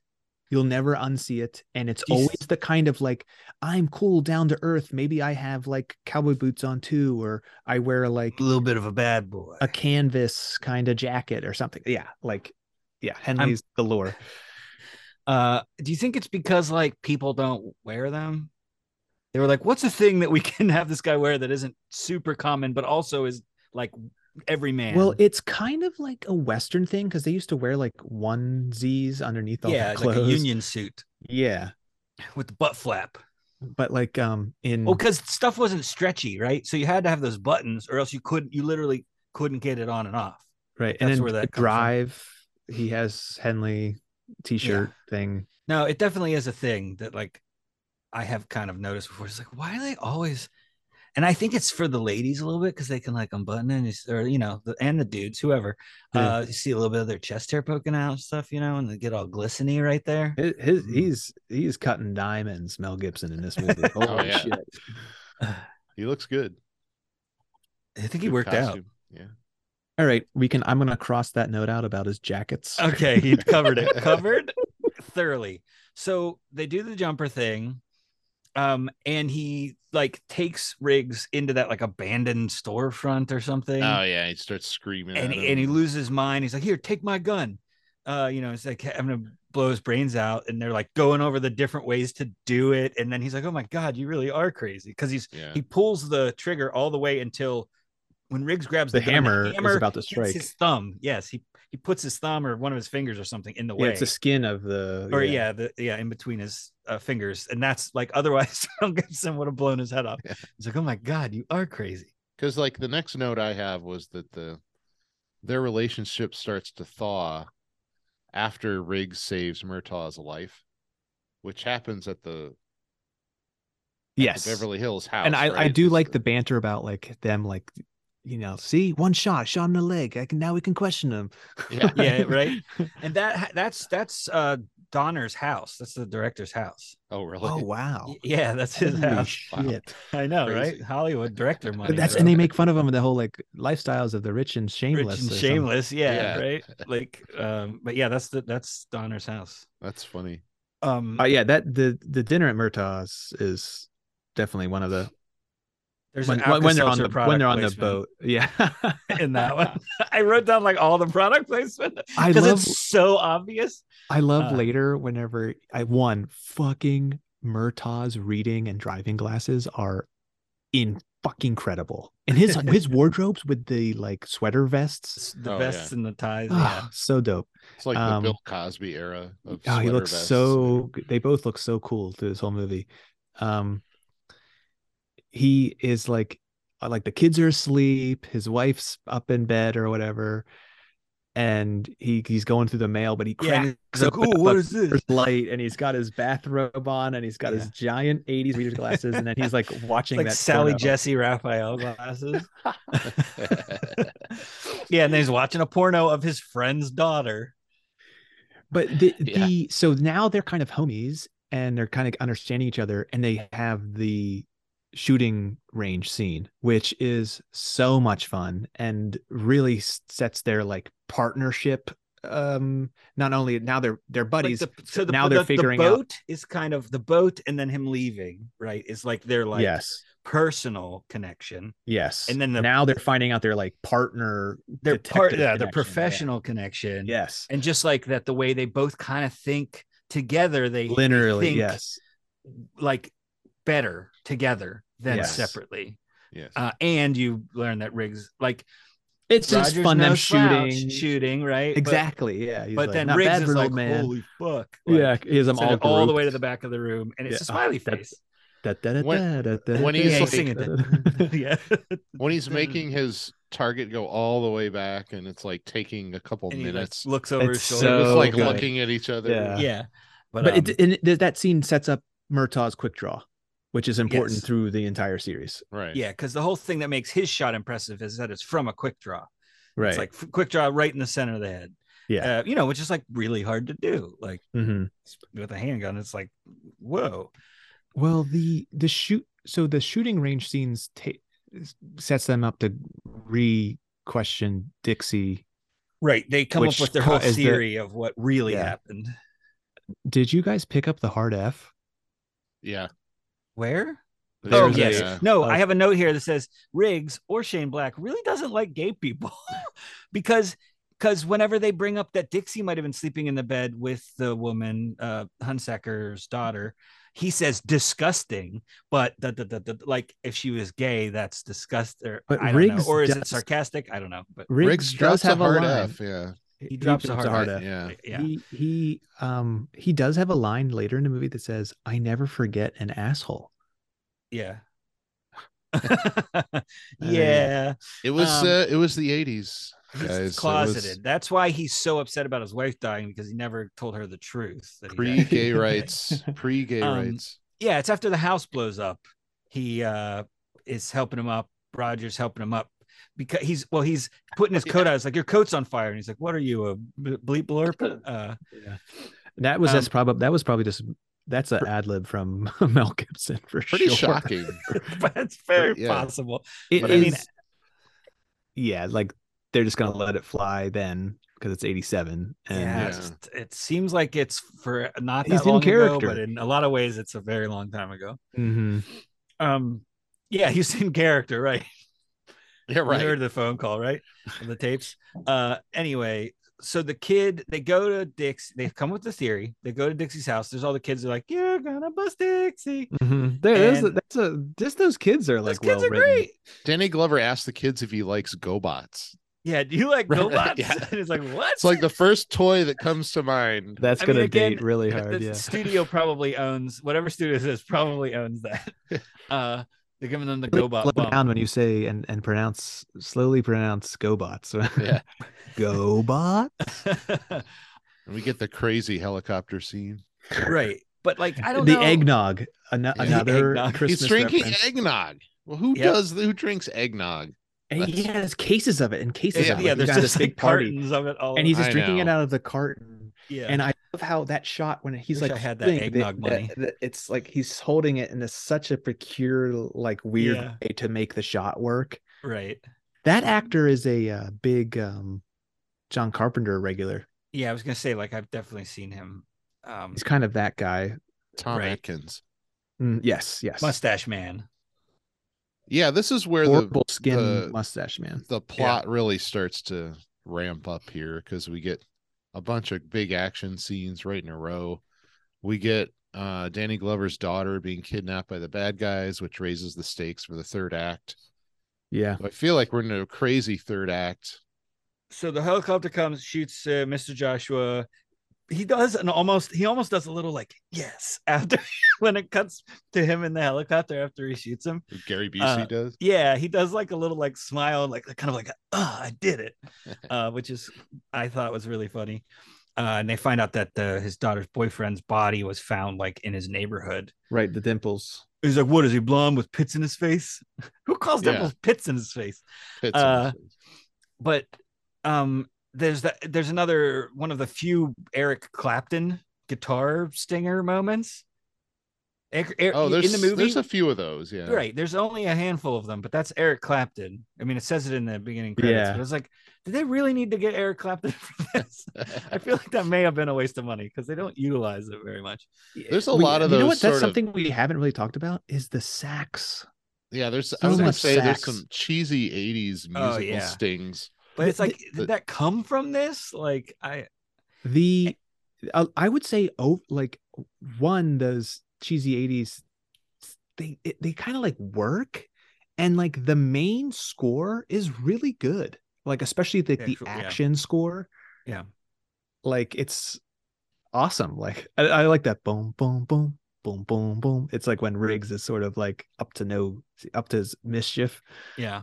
you'll never unsee it, and it's Do you s- always the kind of like I'm cool, down to earth. Maybe I have like cowboy boots on too, or I wear like a little bit of a bad boy. a canvas kind of jacket or something. Yeah, like yeah, Henley's galore. Uh, do you think it's because like people don't wear them? They were like, "What's a thing that we can have this guy wear that isn't super common, but also is like every man?" Well, it's kind of like a Western thing because they used to wear like onesies underneath all yeah, their it's clothes. like a union suit Yeah, with the butt flap. but like um in Well, because stuff wasn't stretchy, right? So you had to have those buttons, or else you couldn't. You literally couldn't get it on and off. right and that's then where that comes from. drive he has henley t-shirt thing No, it definitely is a thing that like I have kind of noticed before. It's like, why are they always? And I think it's for the ladies a little bit because they can like unbutton and it's, or you know, the, and the dudes, whoever, Yeah. uh, you see a little bit of their chest hair poking out and stuff, you know, and they get all glisteny right there. His, his Mm-hmm. he's he's cutting diamonds, Mel Gibson in this movie. Holy Oh, yeah. shit. He looks good. I think he worked All right, we can I'm gonna cross that note out about his jackets. out. Okay, he covered it, covered thoroughly. So they do the jumper thing, um, and he like takes Riggs into that like abandoned storefront or something. Oh yeah, he starts screaming. and at he, and he him. loses his mind. He's like, "Here, take my gun." Uh, you know, it's like having to blow his brains out, and they're like going over the different ways to do it. And then he's like, "Oh my god, you really are crazy," because he's yeah. he pulls the trigger all the way until when Riggs grabs the, The gun, hammer is about to hits strike. his thumb. Yes, he he puts his thumb or one of his fingers or something in the Yeah, way. it's the skin of the or yeah, the yeah, in between his uh, fingers, and that's like otherwise, Mel Gibson would have blown his head off. Yeah. He's like, "Oh my god, you are crazy." because like the next note i have was that the their relationship starts to thaw after riggs saves murtaugh's life which happens at the at the Yes. beverly hills house and I, I right? do It's like the banter about like them like you know, see, one shot, shot in the leg. I can now we can question him. Yeah. Yeah, right? And that that's that's uh Donner's house. That's the director's house. oh really oh wow. Y- Yeah, that's his Holy house. shit. I know, Crazy. right? Hollywood director money. But that's bro. and they make fun of him the whole like lifestyles of the rich and shameless. rich and or something. shameless. Yeah, Yeah. right. Like, um, but yeah, that's the that's Donner's house. that's funny Um, Uh, yeah, that the the dinner at Murtaugh's is definitely one of the there's when, an when- when they're on Alka-Seltzer the when product they're on the placement boat. Yeah, in that one. I wrote down like all the product placement I because love it's so obvious. I love uh, later whenever I one fucking Murtaugh's reading and driving glasses are in fucking credible, and his his wardrobes with the like sweater vests, It's the Oh, vests and the ties. Yeah. ah, so dope. it's like Um, the bill cosby era of Oh, he sweater looks vests. so. g- They both look so cool through this whole movie. Um, he is like, uh, like the kids are asleep. His wife's up in bed or whatever, and he he's going through the mail, but he Yeah. cracks It's like, open ooh, the what is this? first light, and he's got his bathrobe on, and he's got his Yeah. giant '80s reader glasses, and then he's like watching like that Sally porno. Jesse Raphael glasses. yeah, and then he's watching a porno of his friend's daughter. But the, Yeah. the so now they're kind of homies and they're kind of understanding each other and they have the shooting range scene, which is so much fun and really s- sets their like partnership. Um, not only now they're they're buddies. Like the, so the, now they're the- figuring the out- boat is kind of the boat, and then him leaving, right? Is like their like yes, personal connection. yes. and then the- now they're finding out their like partner. Their part, detective yeah, connection, their professional connection, Yes, and just like that, the way they both kind of think together, they literally. think yes, like better together than Yes. separately. yes Uh, and you learn that Riggs, like it's just Roger's fun no them slouch, shooting. shooting, right? But- Exactly. yeah. he's But, like, then "Not Riggs bad is for an like, old man." "Holy fuck!" Like, Yeah, he is. I'm send all it all the way to grouped. the back of the room, and it's Yeah. a smiley That's- face. Da, da, da, When- da, da, when da, he's da, like- da, da, da. yeah, when he's making his target go all the way back and it's like taking a couple and he like, minutes looks over It's his They're shoulder. just so like good. looking at each other Yeah. yeah, but, but um, it, and it, th- that scene sets up Murtaugh's quick draw, which is important Yes. through the entire series. right yeah, because the whole thing that makes his shot impressive is that it's from a quick draw. Right. It's like f- quick draw right in the center of the head. Yeah. uh, you know, which is like really hard to do. Like Mhm. with a handgun, it's like whoa. Well, the the shoot so the shooting range scenes ta- sets them up to re-question Dixie. Right, they come Which up with their co- whole is the- theory of what really Yeah. happened. Did you guys pick up the hard F? yeah Where? There oh was There's a- yes. uh, no, I uh, have a note here that says Riggs or Shane Black really doesn't like gay people because because whenever they bring up that Dixie might have been sleeping in the bed with the woman, uh Hunsacker's daughter, he says disgusting, but the, the, the, like if she was gay, that's disgusting. Or, But I don't know. Riggs Or is it does- sarcastic? I don't know. But Riggs, riggs does drops a have a hard line. f yeah he drops a hard, F, F. yeah. Yeah. He he um he does have a line later in the movie that says, "I never forget an asshole." Yeah. mean, yeah. It was Um, uh, it was the eighties. He's guys, it was closeted. That's why he's so upset about his wife dying because he never told her the truth. that he died. Pre gay rights. Pre gay Um, rights. yeah, it's after the house blows up. He uh is helping him up. Roger's helping him up because he's well, he's putting his coat out. It's like your coat's on fire, and he's like, "What are you, a bleep blurp?" Uh, That was Um, that's probably that was probably just that's an ad lib from Mel Gibson for Pretty sure. shocking. but it's very Yeah. possible. It But I mean- is- yeah, like they're just gonna let it fly then because it's eighty seven. And Yeah, Yeah. it's just- it seems like it's for not He's that in long ago, but character. in a lot of ways, it's a very long time ago. Mhm. Um, yeah, he's in character, right? yeah, We heard right. the phone call, right? Of the tapes. Uh, anyway, so the kid, they go to Dix. They've come with the theory. They go to Dixie's house. There's all the kids. They're like, "You're gonna bust Dixie." Mhm. There, there's a- And- that's a just those kids are Those like kids well are great. Danny Glover asked the kids if he likes GoBots. Yeah, do you like Right, robots? yeah. and it's like what? It's like the first toy that comes to mind. That's I mean, gonna again, date really the- hard. the Yeah. studio probably owns whatever studio this is probably owns that. Uh, they're giving them the Really GoBot slow bump. down when you say and and pronounce slowly pronounce GoBots. Yeah. GoBot. And we get the crazy helicopter scene. right, but like I don't the know. eggnog. An- The Another eggnog. He's Christmas He's drinking reference. eggnog. Well, who Yep. does who drinks eggnog? And he has cases of it and cases. Yeah, of it. yeah, He's there's got just this big big party, cartons of it all. and he's over. just I drinking it know. out of the carton. yeah. And I love how that shot when he's Wish like I had that holding the- eggnog money. that- that- it's like he's holding it in a, such a peculiar, like weird Yeah. way to make the shot work. right. That actor is a uh, big um, John Carpenter regular. Yeah, I was gonna say like I've definitely seen him. Um, He's kind of that guy. Tom Right. Atkins. Mm, yes, yes. mustache man. Yeah, this is where the Horrible skin the- mustache man. the plot really starts to ramp up here because we get a bunch of big action scenes right in a row. We get uh, Danny Glover's daughter being kidnapped by the bad guys, which raises the stakes for the third act. Yeah. So I feel like we're in a crazy third act. So the helicopter comes, shoots uh, Mr. Joshua. He does an almost. He almost does a little like yes after when it cuts to him in the helicopter after he shoots him. Gary Busey Uh, does. Yeah, he does like a little like smile, like kind of like oh, I did it, uh, which is I thought was really funny. Uh, and they find out that uh, his daughter's boyfriend's body was found like in his neighborhood. Right. The dimples. He's like, "What is he blonde with pits in his face? Who calls Yeah. dimples pits in his face?" Fits in his uh, face. But um, there's that. There's another one of the few Eric Clapton guitar stinger moments. Eric- Eric- oh, there's in the movie, there's a few of those. Yeah, Right. There's only a handful of them, but that's Eric Clapton. I mean, it says it in the beginning credits, Yeah. but it's like, did they really need to get Eric Clapton for this? I feel like that may have been a waste of money because they don't utilize it very much. There's a We- lot of You know those what? That's sort of- something we haven't really talked about is the sax. Yeah, there's. So I was gonna much say sax. there's some cheesy '80s musical Oh, yeah. stings. But it's like, the- did that come from this? Like, I, The uh, I would say oh like one those cheesy eighties they it, they kind of like work, and like the main score is really good. Like especially the, The the actual- yeah. action score. Yeah. like it's awesome. Like I, I like that boom boom boom boom boom boom. It's like when Riggs is sort of like up to no up to his mischief. yeah.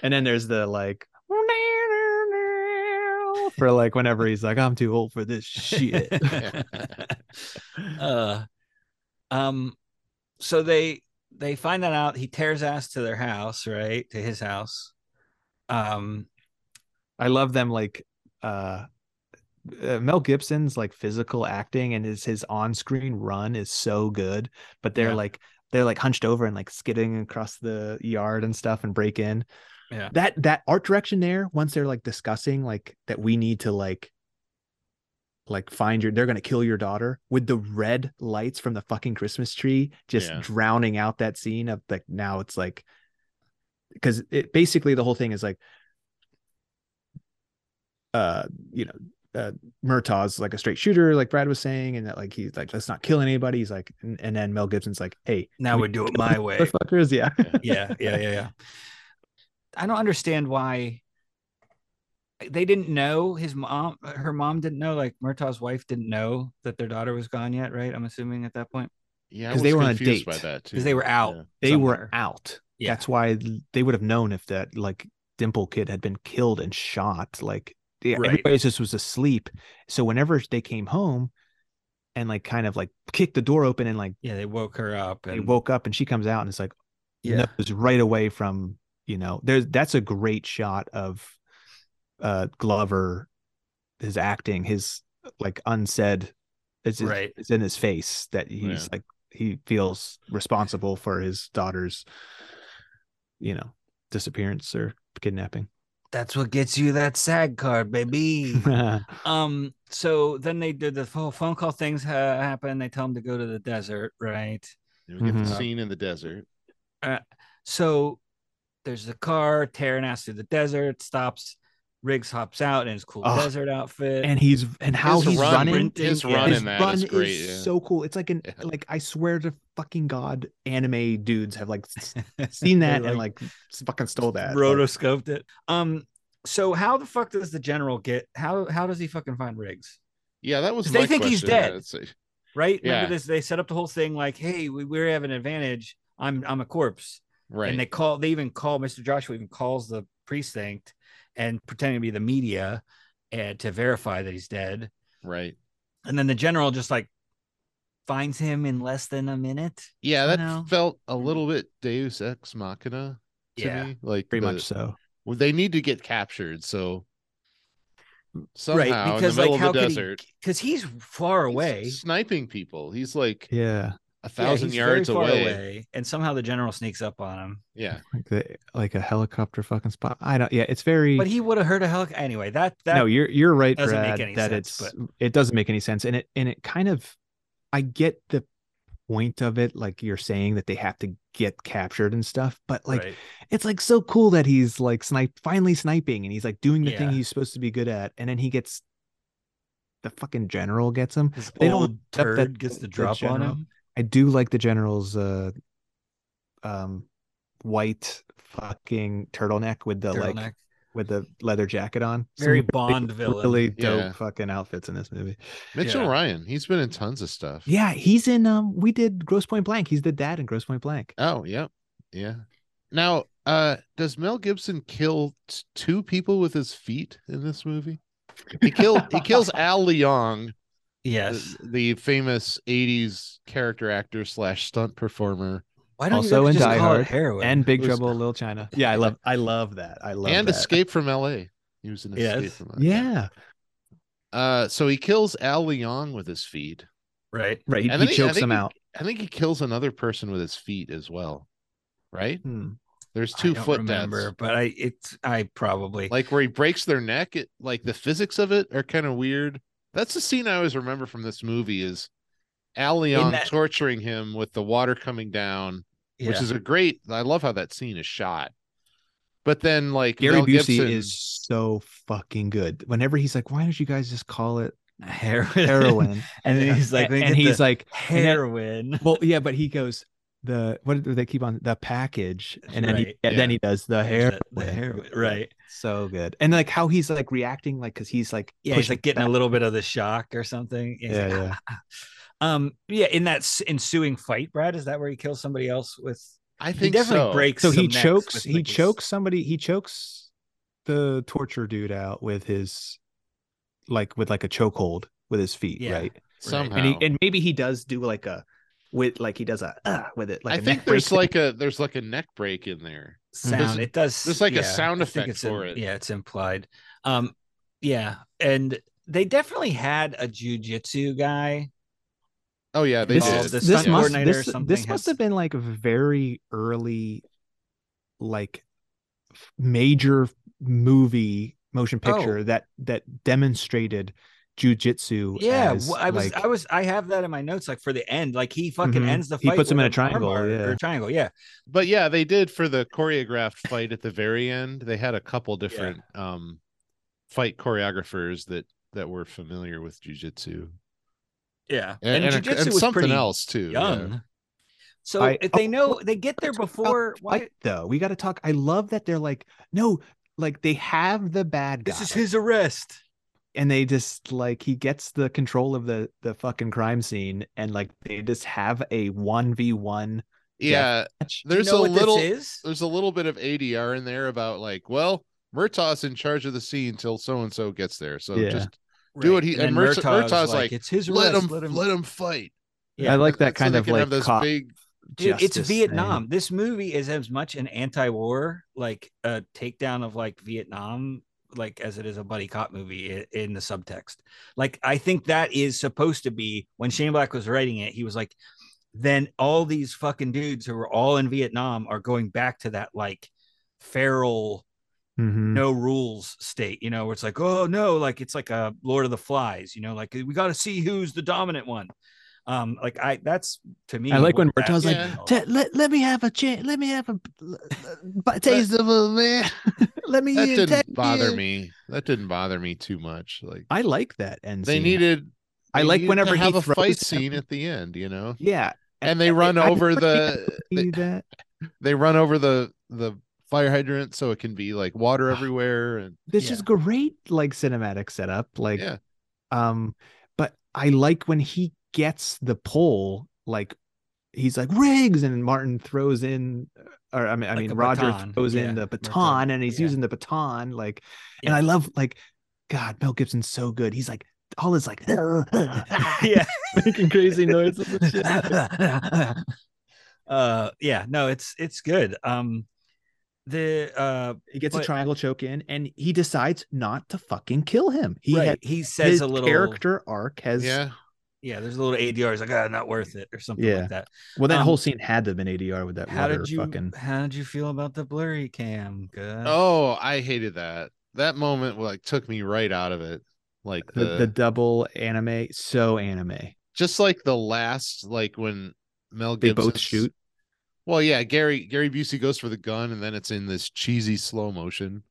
And then there's the like for like whenever he's like, I'm too old for this shit. uh, um, so they, they find that out. He tears ass to their house, right? To his house. Um, I love them like uh uh, Mel Gibson's like physical acting and his his on-screen run is so good, but they're Yeah. like they're like hunched over and like skidding across the yard and stuff and break in. Yeah. That that art direction there, once they're like discussing like that we need to like like find your they're gonna kill your daughter with the red lights from the fucking Christmas tree just Yeah. drowning out that scene of like now it's like because it basically the whole thing is like uh you know uh Murtaugh's like a straight shooter like Brad was saying and that like he's like let's not kill anybody he's like and, and then Mel Gibson's like hey now we do it my way. motherfuckers yeah yeah, yeah, yeah, yeah. I don't understand why they didn't know his mom. Her mom didn't know. Like Murtaugh's wife didn't know that their daughter was gone yet, right? I'm assuming at that point Yeah, I 'Cause they was were on a confused by date. that too. because they were out. Yeah. they were somewhere. out Yeah. that's why they would have known if that like dimple kid had been killed and shot like yeah, Right. everybody just was asleep so whenever they came home and like kind of like kicked the door open and like Yeah, they woke her up. And, they woke up and she comes out and it's like Yeah. knows right away from you know there's that's a great shot of uh glover his acting his like unsaid it's just- Right. it's in his face that he's Yeah. like he feels responsible for his daughter's you know disappearance or kidnapping That's what gets you that SAG card, baby. yeah um. So then they did the whole phone call things ha- happen. They tell him to go to the desert, right? Then we get Mm-hmm. the Mhm. scene in the desert. So there's the car tearing ass through the desert. Stops. Riggs hops out in his cool Ugh. desert outfit. and he's and how His he's run- running his yeah. run His in that is run great. is yeah. so cool. It's like an Yeah. like I swear to fucking god, anime dudes have like s- seen that They, and like s- fucking stole that. Like, rotoscoped it. Um. So how the fuck does the general get? How how does he fucking find Riggs? Yeah, that was. 'Cause they my think he's question, dead. I'd say. Right? Yeah. Remember this? They set up the whole thing like, hey, we we have an advantage. I'm I'm a corpse. Right. And they call. They even call Mr. Joshua. Even calls the precinct and pretending to be the media, and to verify that he's dead. right. And then the general just like finds him in less than a minute. Yeah, that know? Mm-hmm. felt a little bit Deus Ex Machina to me. Like pretty the- much so. well, they need to get captured, so somehow in the because, like, middle how of the could he desert, because he's far he's away. sniping people. He's like Yeah, a Yeah, thousand he's very yards far away. and somehow the general sneaks up on him. Yeah, like the like a helicopter fucking spot. I don't. Yeah, it's very. But he would have heard a hell. Anyway, that that no, you're you're right, doesn't make Brad. any that sense, it's it doesn't make any sense, and it and it kind of I get the point of it, like you're saying that they have to get captured and stuff, but like right. it's like so cool that he's like snipe finally sniping and he's like doing the thing Yeah. he's supposed to be good at and then he gets the fucking general gets him his they don't old accept turd that gets the the drop on general- him. i do like the general's uh um white fucking turtleneck with the like turtleneck. with the leather jacket on Some Very really- Bond villain. really dope Yeah. fucking outfits in this movie Mitchell Yeah. Ryan. He's been in tons of stuff. yeah he's in um we did gross point blank he's the dad in gross point blank Oh, yep. Yeah. Now, uh, does Mel Gibson kill t- two people with his feet in this movie? He killed he kills Al Leong, th- Yes. the famous '80s character actor slash stunt performer, Why don't you Also guys in just Die call Hard it heroin? and big Who's- trouble in little china yeah i love i love that i love and that. Escape from L.A. He was in Escape Yes. from L.A. yeah Uh, so he kills Al Leong with his feet. right? Right. He, And he then he- I chokes think him he- out. I think he kills another person with his feet as well. Right? Hmm. There's I two don't foot remember, deaths. but I it's I probably like where he breaks their neck it like the physics of it are kind of weird that's the scene i always remember from this movie is al Leong that- torturing him with the water coming down which yeah. is a great i love how that scene is shot but then like Gary Mel Busey Gibson, is so fucking good. Whenever he's like, "Why don't you guys just call it heroin. heroin?" and then he's like, and, he's like, and then- heroin. "Well, yeah," but he goes, "The what do they keep on the package?" And then Right. he and then Yeah. he does the The- hair, the heroin, right? So good, and like how he's like reacting, like because he's like, Yeah, he's pushing like getting a back. little bit of the shock or something. He's Yeah, like, "Ah, yeah. Um, yeah, in that s- ensuing fight, Brad, is that where he kills somebody else with? i think He definitely so. breaks. So some he necks chokes. with, He like, his- chokes somebody. He chokes the torture dude out with his, like with like a chokehold with his feet, Yeah. right? somehow and he and maybe he does do like a with like he does a uh, with it like i a think neck break there's thing. like a there's like a neck break in there sound. It does. there's like a yeah, sound I think effect it's in- for it. Yeah, it's implied. Um, yeah, and they definitely had a jujitsu guy. oh yeah they this, call did the this stunt must coordinator or this, something this has- must have been like very early like f- major movie motion picture that that demonstrated jujitsu Yeah, as, wh- I was, like, I was, I have that in my notes. Like for the end, like he fucking Mhm. ends the He fight. puts him with in a an triangle, armbar or yeah. a triangle. Yeah, but yeah they did for the choreographed fight at the very end they had a couple different um fight choreographers that that were familiar with jujitsu yeah. and, and, a- jujitsu and was something pretty else too yeah. Young. So I- if oh, they know they get there let's talk about before, the why? fight, though we got to talk i love that they're like no like they have the bad guy This is his arrest. and they just like he gets the control of the the fucking crime scene and like they just have a 1v1 yeah match Do you there's know a what this little is? there's a little bit of adr in there about like well murtaugh's in charge of the scene until so and so gets there so Yeah. just do what Right. he- then and Murta- Murtaugh's Murtaugh's like, it's his let arrest, him, let him fight. I like that So kind they of can like have those cop big. Dude, it's justice thing. Vietnam. This movie is as much an anti-war, like a takedown of like Vietnam, like as it is a buddy cop movie i- in the subtext. Like I think that is supposed to be when Shane Black was writing it, he was like, then all these fucking dudes who were all in Vietnam are going back to that like feral Mhm. no rules state, you know, where it's like, oh no, like it's like a Lord of the Flies, you know, like we got to see who's the dominant one. Um, like I, that's to me. I like when what that- Murtaugh's like, Yeah. "Ta- let, let me have a chance. Let me uh, have a l- l- taste of a man. let me. That in, didn't take bother in." me. That didn't bother me too much. Like I like that end. they scene. needed. I they like needed to whenever he have a throws fight them. scene at the end. You know, Yeah, and they I- run I over never the see that. they run over the the fire hydrant so it can be like water everywhere and This Yeah. is great, like cinematic setup. Like, yeah um, but I like when he gets the pole. Like, he's like Riggs, and Martin throws in, or I mean, I Like mean, a Roger baton. throws Yeah, in the Murtaugh. baton, and he's Yeah. using the baton. Like, and Yeah. I love like, God, Mel Gibson's so good. He's like all his like yeah. making crazy noises. And shit. uh yeah no it's it's good um the uh He gets But- a triangle choke in, and he decides not to fucking kill him. He he has, had- he says his a little character arc has. yeah yeah there's a little adr he's like ah not worth it or something Yeah. like that Well, that Um, whole scene had to have been ADR with that. how rudder did you fucking? how did you feel about the blurry cam uh, good oh i hated that that moment like took me right out of it like The, the, the double anime, so anime. just like the last like when mel They Gibson both shoot. well yeah gary gary busey goes for the gun and then it's in this cheesy slow motion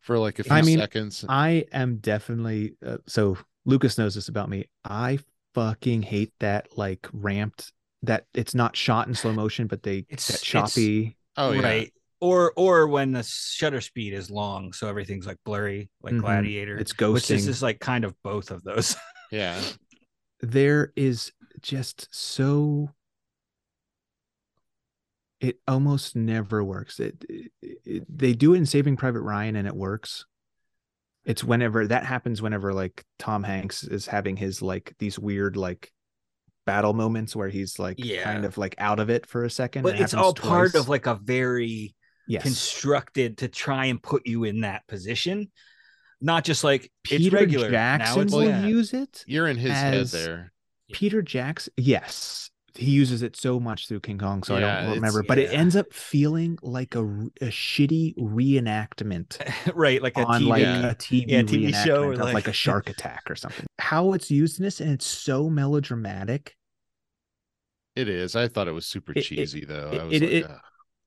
for like a few I mean, seconds I am definitely uh, so. Lucas knows this about me. I fucking hate that like ramped that it's not shot in slow motion, but they It's- it's- that choppy. oh yeah right or or when the shutter speed is long so everything's like blurry like Mhm. gladiator It's which ghosting. is just like kind of both of those yeah there is just so it almost never works it, it- it- they do it in saving private ryan and it works it's whenever that happens whenever like tom hanks is having his like these weird like battle moments where he's like Yeah. kind of like out of it for a second but It it's happens all part twice. of like a very yes constructed to try and put you in that position. Not just like it's peter regular. now jackson it's will that. use it you're in his As- head there Peter Jackson, yes, he uses it so much through King Kong, so Yeah, I it's- don't remember. But it yeah. ends up feeling like a, r- a shitty reenactment right, like a on TV. like Yeah. a TV, Yeah, TV show reenactment or of like- like a shark attack or something. How it's used in this, and it's so melodramatic. It is. I thought it was super It- it- cheesy though. I it- was it- like, it- "Ugh."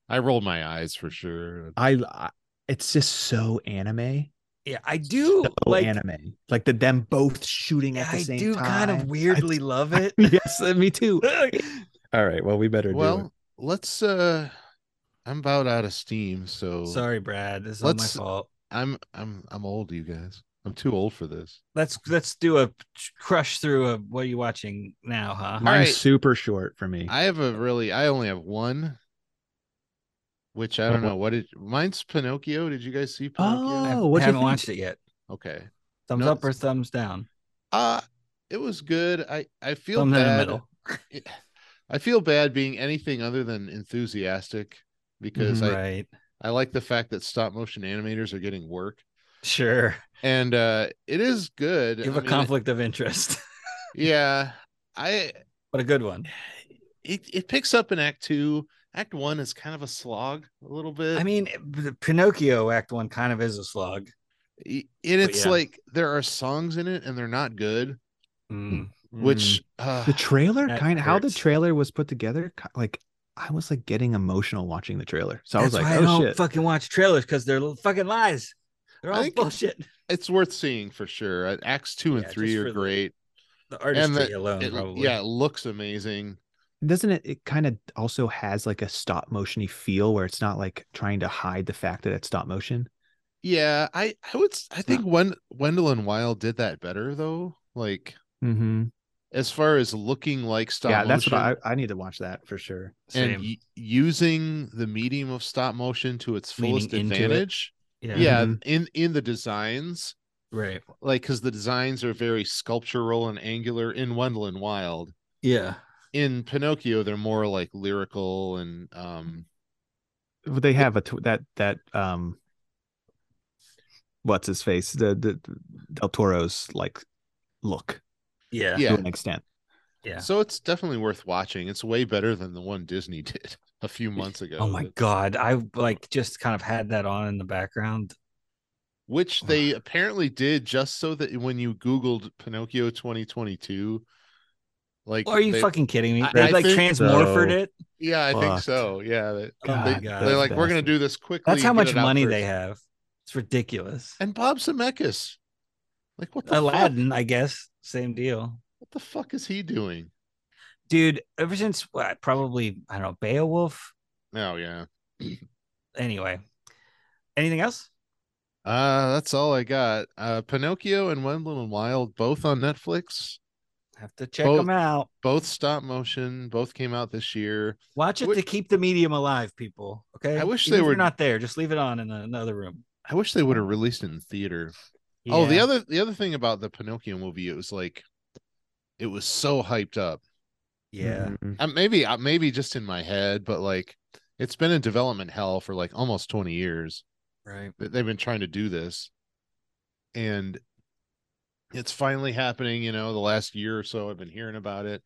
I rolled my eyes for sure. I, I it's just so anime, Yeah, I do so like. anime, like the them both shooting at the I same do time. kind of weirdly love it. yes, me too. All right, well, we better Well, let's uh I'm about out of steam, so Sorry, Brad. This is all my Let's- fault. I'm I'm I'm old, you guys. I'm too old for this. Let's let's do a crush through a. What are you watching now, huh? My- Mine's right. super short for me. I have a really I only have one which I What- don't know what it mine's Pinocchio. Did you guys see Pinocchio? Oh, what'd you haven't think? watched it yet. Oh. Okay. Thumbs No, up or thumbs down? Uh it was good. I I feel Thumbs in the bad. middle. I feel bad being anything other than enthusiastic because Mm-hmm. I Right. I like the fact that stop motion animators are getting work, Sure. and uh, it is good. You have I a mean, conflict of interest, Yeah, I but a good one. it, it picks up in Act Two. Act One is kind of a slog a little bit. I mean, the Pinocchio Act One kind of is a slog. mean, E, and but it's yeah. like there are songs in it, and they're not good. Hmm. Mm. Which uh, the trailer That kind of how the hurts. trailer was put together ki- like i was like getting emotional watching the trailer so That's i was why like I oh don't shit fucking watch trailers because they're little fucking lies. They're I all think it's- bullshit. it's worth seeing for sure. Uh, Acts Two and Yeah, Three just for are the- great. The artistry alone, It- probably. yeah, it looks amazing. doesn't it it kind of also has like a stop motiony feel where it's not like trying to hide the fact that it's stop motion Yeah, I I would s- I think Wen, Wendell and Wild did that better though. Like mm-hmm. as far as looking like stop yeah motion that's what I, I need to watch that for sure Same. and y- using the medium of stop motion to its Leaning fullest into it. advantage yeah. yeah Mhm. in in the designs Right. like because the designs are very sculptural and angular in Wendell and Wild. Yeah. In Pinocchio, they're more like lyrical and um They have a tw- that that um, what's his face the the Del Toro's like look Yeah. yeah. to an extent. Yeah. So it's definitely worth watching. It's way better than the one Disney did a few months ago. Oh my god. I like just kind of had that on in the background. Which they apparently did just so that when you Googled Pinocchio 2022, like Are you they- fucking kidding me? I- They I like think transmorphered so. it. Yeah, I think Fucked. so. Yeah. They, God, they, God, are like, we're gonna bastard. do this quickly. That's how and get much it out money first." they have. It's ridiculous. And Bob Zemeckis. Like what the fuck? Aladdin, I guess, same deal. What the fuck is he doing? Dude, ever since what, probably I don't know, Beowulf. Oh yeah. Anyway. Anything else? Uh that's all I got. Uh Pinocchio and Wendell and Wild both on Netflix, Have to check Both- them out. both stop motion, both came out this year. Watch it Wh- to keep the medium alive, people. Okay. I wish Even they if you're were- not there. Just leave it on in the- another room. I wish they would have released it in theater. Oh, the Yeah. other the other thing about the Pinocchio movie, it was like it was so hyped up. yeah. Mhm. Uh, maybe uh, maybe just in my head, but like it's been in development hell for like almost 20 years. Right. that they've been trying to do this and it's finally happening you know the last year or so i've been hearing about it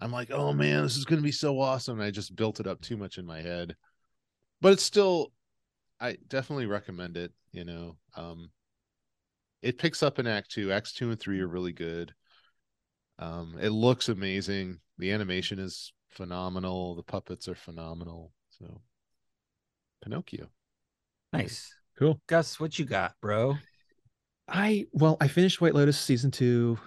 i'm like oh man this is going to be so awesome and i just built it up too much in my head but it's still i definitely recommend it you know um it picks up in act 2 acts 2 and 3 are really good um it looks amazing the animation is phenomenal the puppets are phenomenal so pinocchio Nice. Cool. Gus, what you got, bro? I well, I finished White Lotus season two.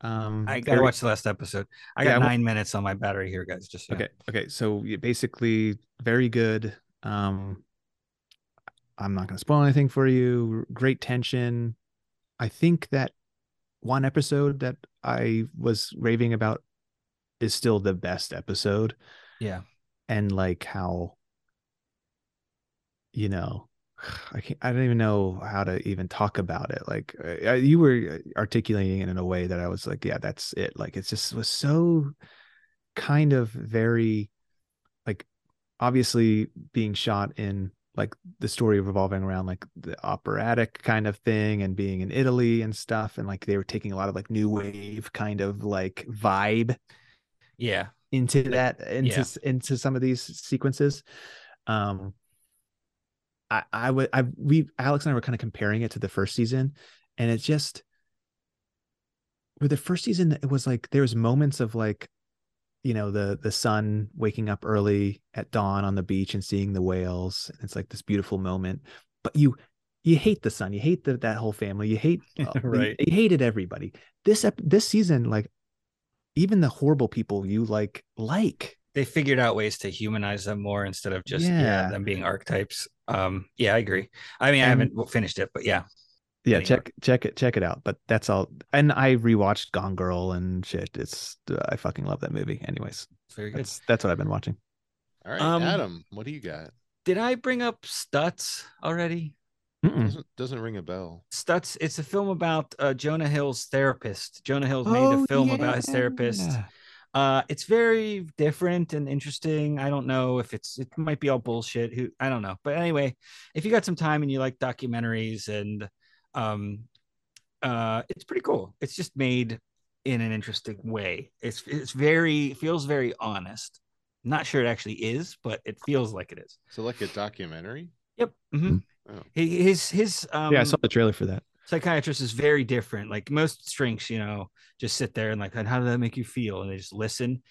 Um, I gotta very- watch the last episode. I Yeah, got I wa- nine minutes on my battery here, guys. Just so you know. Okay. Okay. So yeah, basically, very good. Um, I'm not going to spoil anything for you. Great tension. I think that one episode that I was raving about is still the best episode, Yeah. and like how, you know, I can't. I don't even know how to even talk about it. Like I, I- you were articulating it in a way that I was like, yeah, that's it. Like it's just was so kind of very like obviously being shot in like the story revolving around like the operatic kind of thing and being in Italy and stuff and like they were taking a lot of like new wave kind of like vibe Yeah. into that into yeah. s- into some of these sequences um i i would i we alex and i were kind of comparing it to the first season and it just with the first season it was like there was moments of like you know the the sun waking up early at dawn on the beach and seeing the whales and it's like this beautiful moment but you you hate the sun you hate the, that whole family you hate uh, the- Right. you hated everybody this ep- this season like even the horrible people you like like They figured out ways to humanize them more instead of just yeah. Yeah. them being archetypes. Um, yeah, I agree. I mean, I And- haven't w- finished it, but yeah. yeah Anyway. check check it check it out but that's all and i rewatched gone girl and shit it's i fucking love that movie anyways It's very good. that's that's what i've been watching All right, Um, Adam, what do you got? Did I bring up Stutz already? hmm. Mm-mm. Doesn't doesn't ring a bell. Stutz, it's a film about uh, Jonah Hill's therapist. Jonah Hill's made a film about his therapist. Oh, yeah. Uh, it's very different and interesting. I don't know if it's it might be all bullshit. Who I don't know. But anyway, if you got some time and you like documentaries and um, uh, it's pretty cool. It's just made in an interesting way. It's it's very feels very honest. Not sure it actually is, but it feels like it is. So like a documentary? Yep. hmm Oh. He, his his um, yeah i saw the trailer for that psychiatrist is very different. Like most strengths, you know, just sit there and like, and how did that make you feel? And they just listen.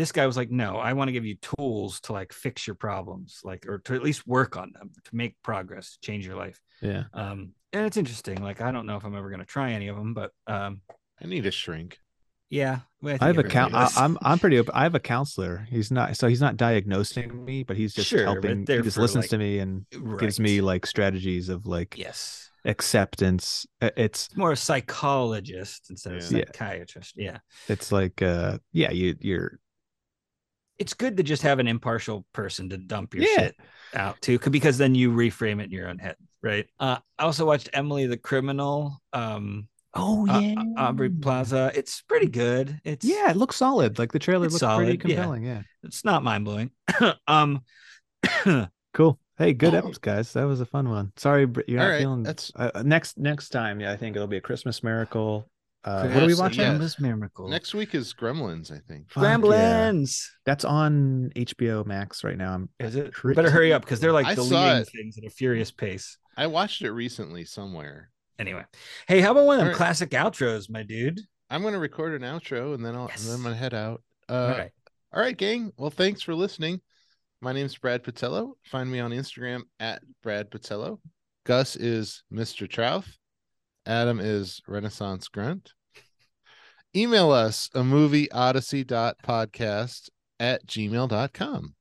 This guy was like, no, I want to give you tools to like fix your problems, like, or to at least work on them, to make progress, to change your life. yeah Um, and it's interesting. Like, I don't know if I'm ever going to try any of them, but um, I need a shrink. yeah. well, think i have a everybody count I, does. i'm i'm pretty open. i have a counselor he's not so he's not diagnosing me but he's just Sure, but helping he they're just for, listens like, to me and gives Right. me like strategies of like yes. acceptance Uh, it's It's more a psychologist instead of Yeah. Yeah. psychiatrist. Yeah. it's like uh yeah you you're It's good to just have an impartial person to dump your Yeah. shit out to c- because then you reframe it in your own head. right? Uh, I also watched Emily the Criminal. Um, Oh uh, Aubrey Plaza. It's pretty good. It's Yeah, it looks solid. Like the trailer It's looks pretty solid, yeah. compelling. Yeah. it's not mind blowing. um, Cool. Hey, good episode, guys. That was a fun one. Sorry, Br- you're Oh. All not right, feeling. that's- uh, uh, next next time. Yeah, I think it'll be a Christmas miracle. Uh, Cool. what are we Yes, watching? yes. Grandma's Miracle. Next week is Gremlins, I think. Fuck yeah. Gremlins. That's on HBO Max right now. I'm Is it? Cri- Better hurry up because they're like I saw deleting it. things at a furious pace. I watched it recently somewhere. Anyway, hey, how about one of them All right. classic outros, my dude? I'm gonna record an outro and then I'll and then I'm Yes. gonna head out. Uh, All right. All right, gang. Well, thanks for listening. My name's Brad Patello. Find me on Instagram at Brad Patello. Gus is Mr. Trouth. Adam is Renaissance Grunt. Email us a movie odyssey.podcast at gmail.com.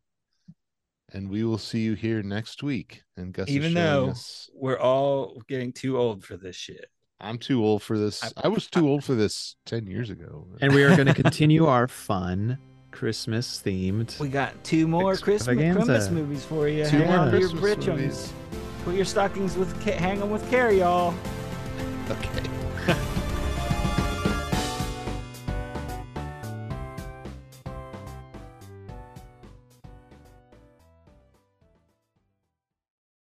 And we will see you here next week. And Gus Even is showing though- us- We're all getting too old for this shit. I'm too old for this. I- I, was too old for this 10 years ago. and we are going to continue our fun Christmas themed. We got two more Christmas, Extravaganza. Christmas movies for you. Two Hang more on to your Christmas britchums. movies. Put your stockings with ca- hang them with care, y'all. okay.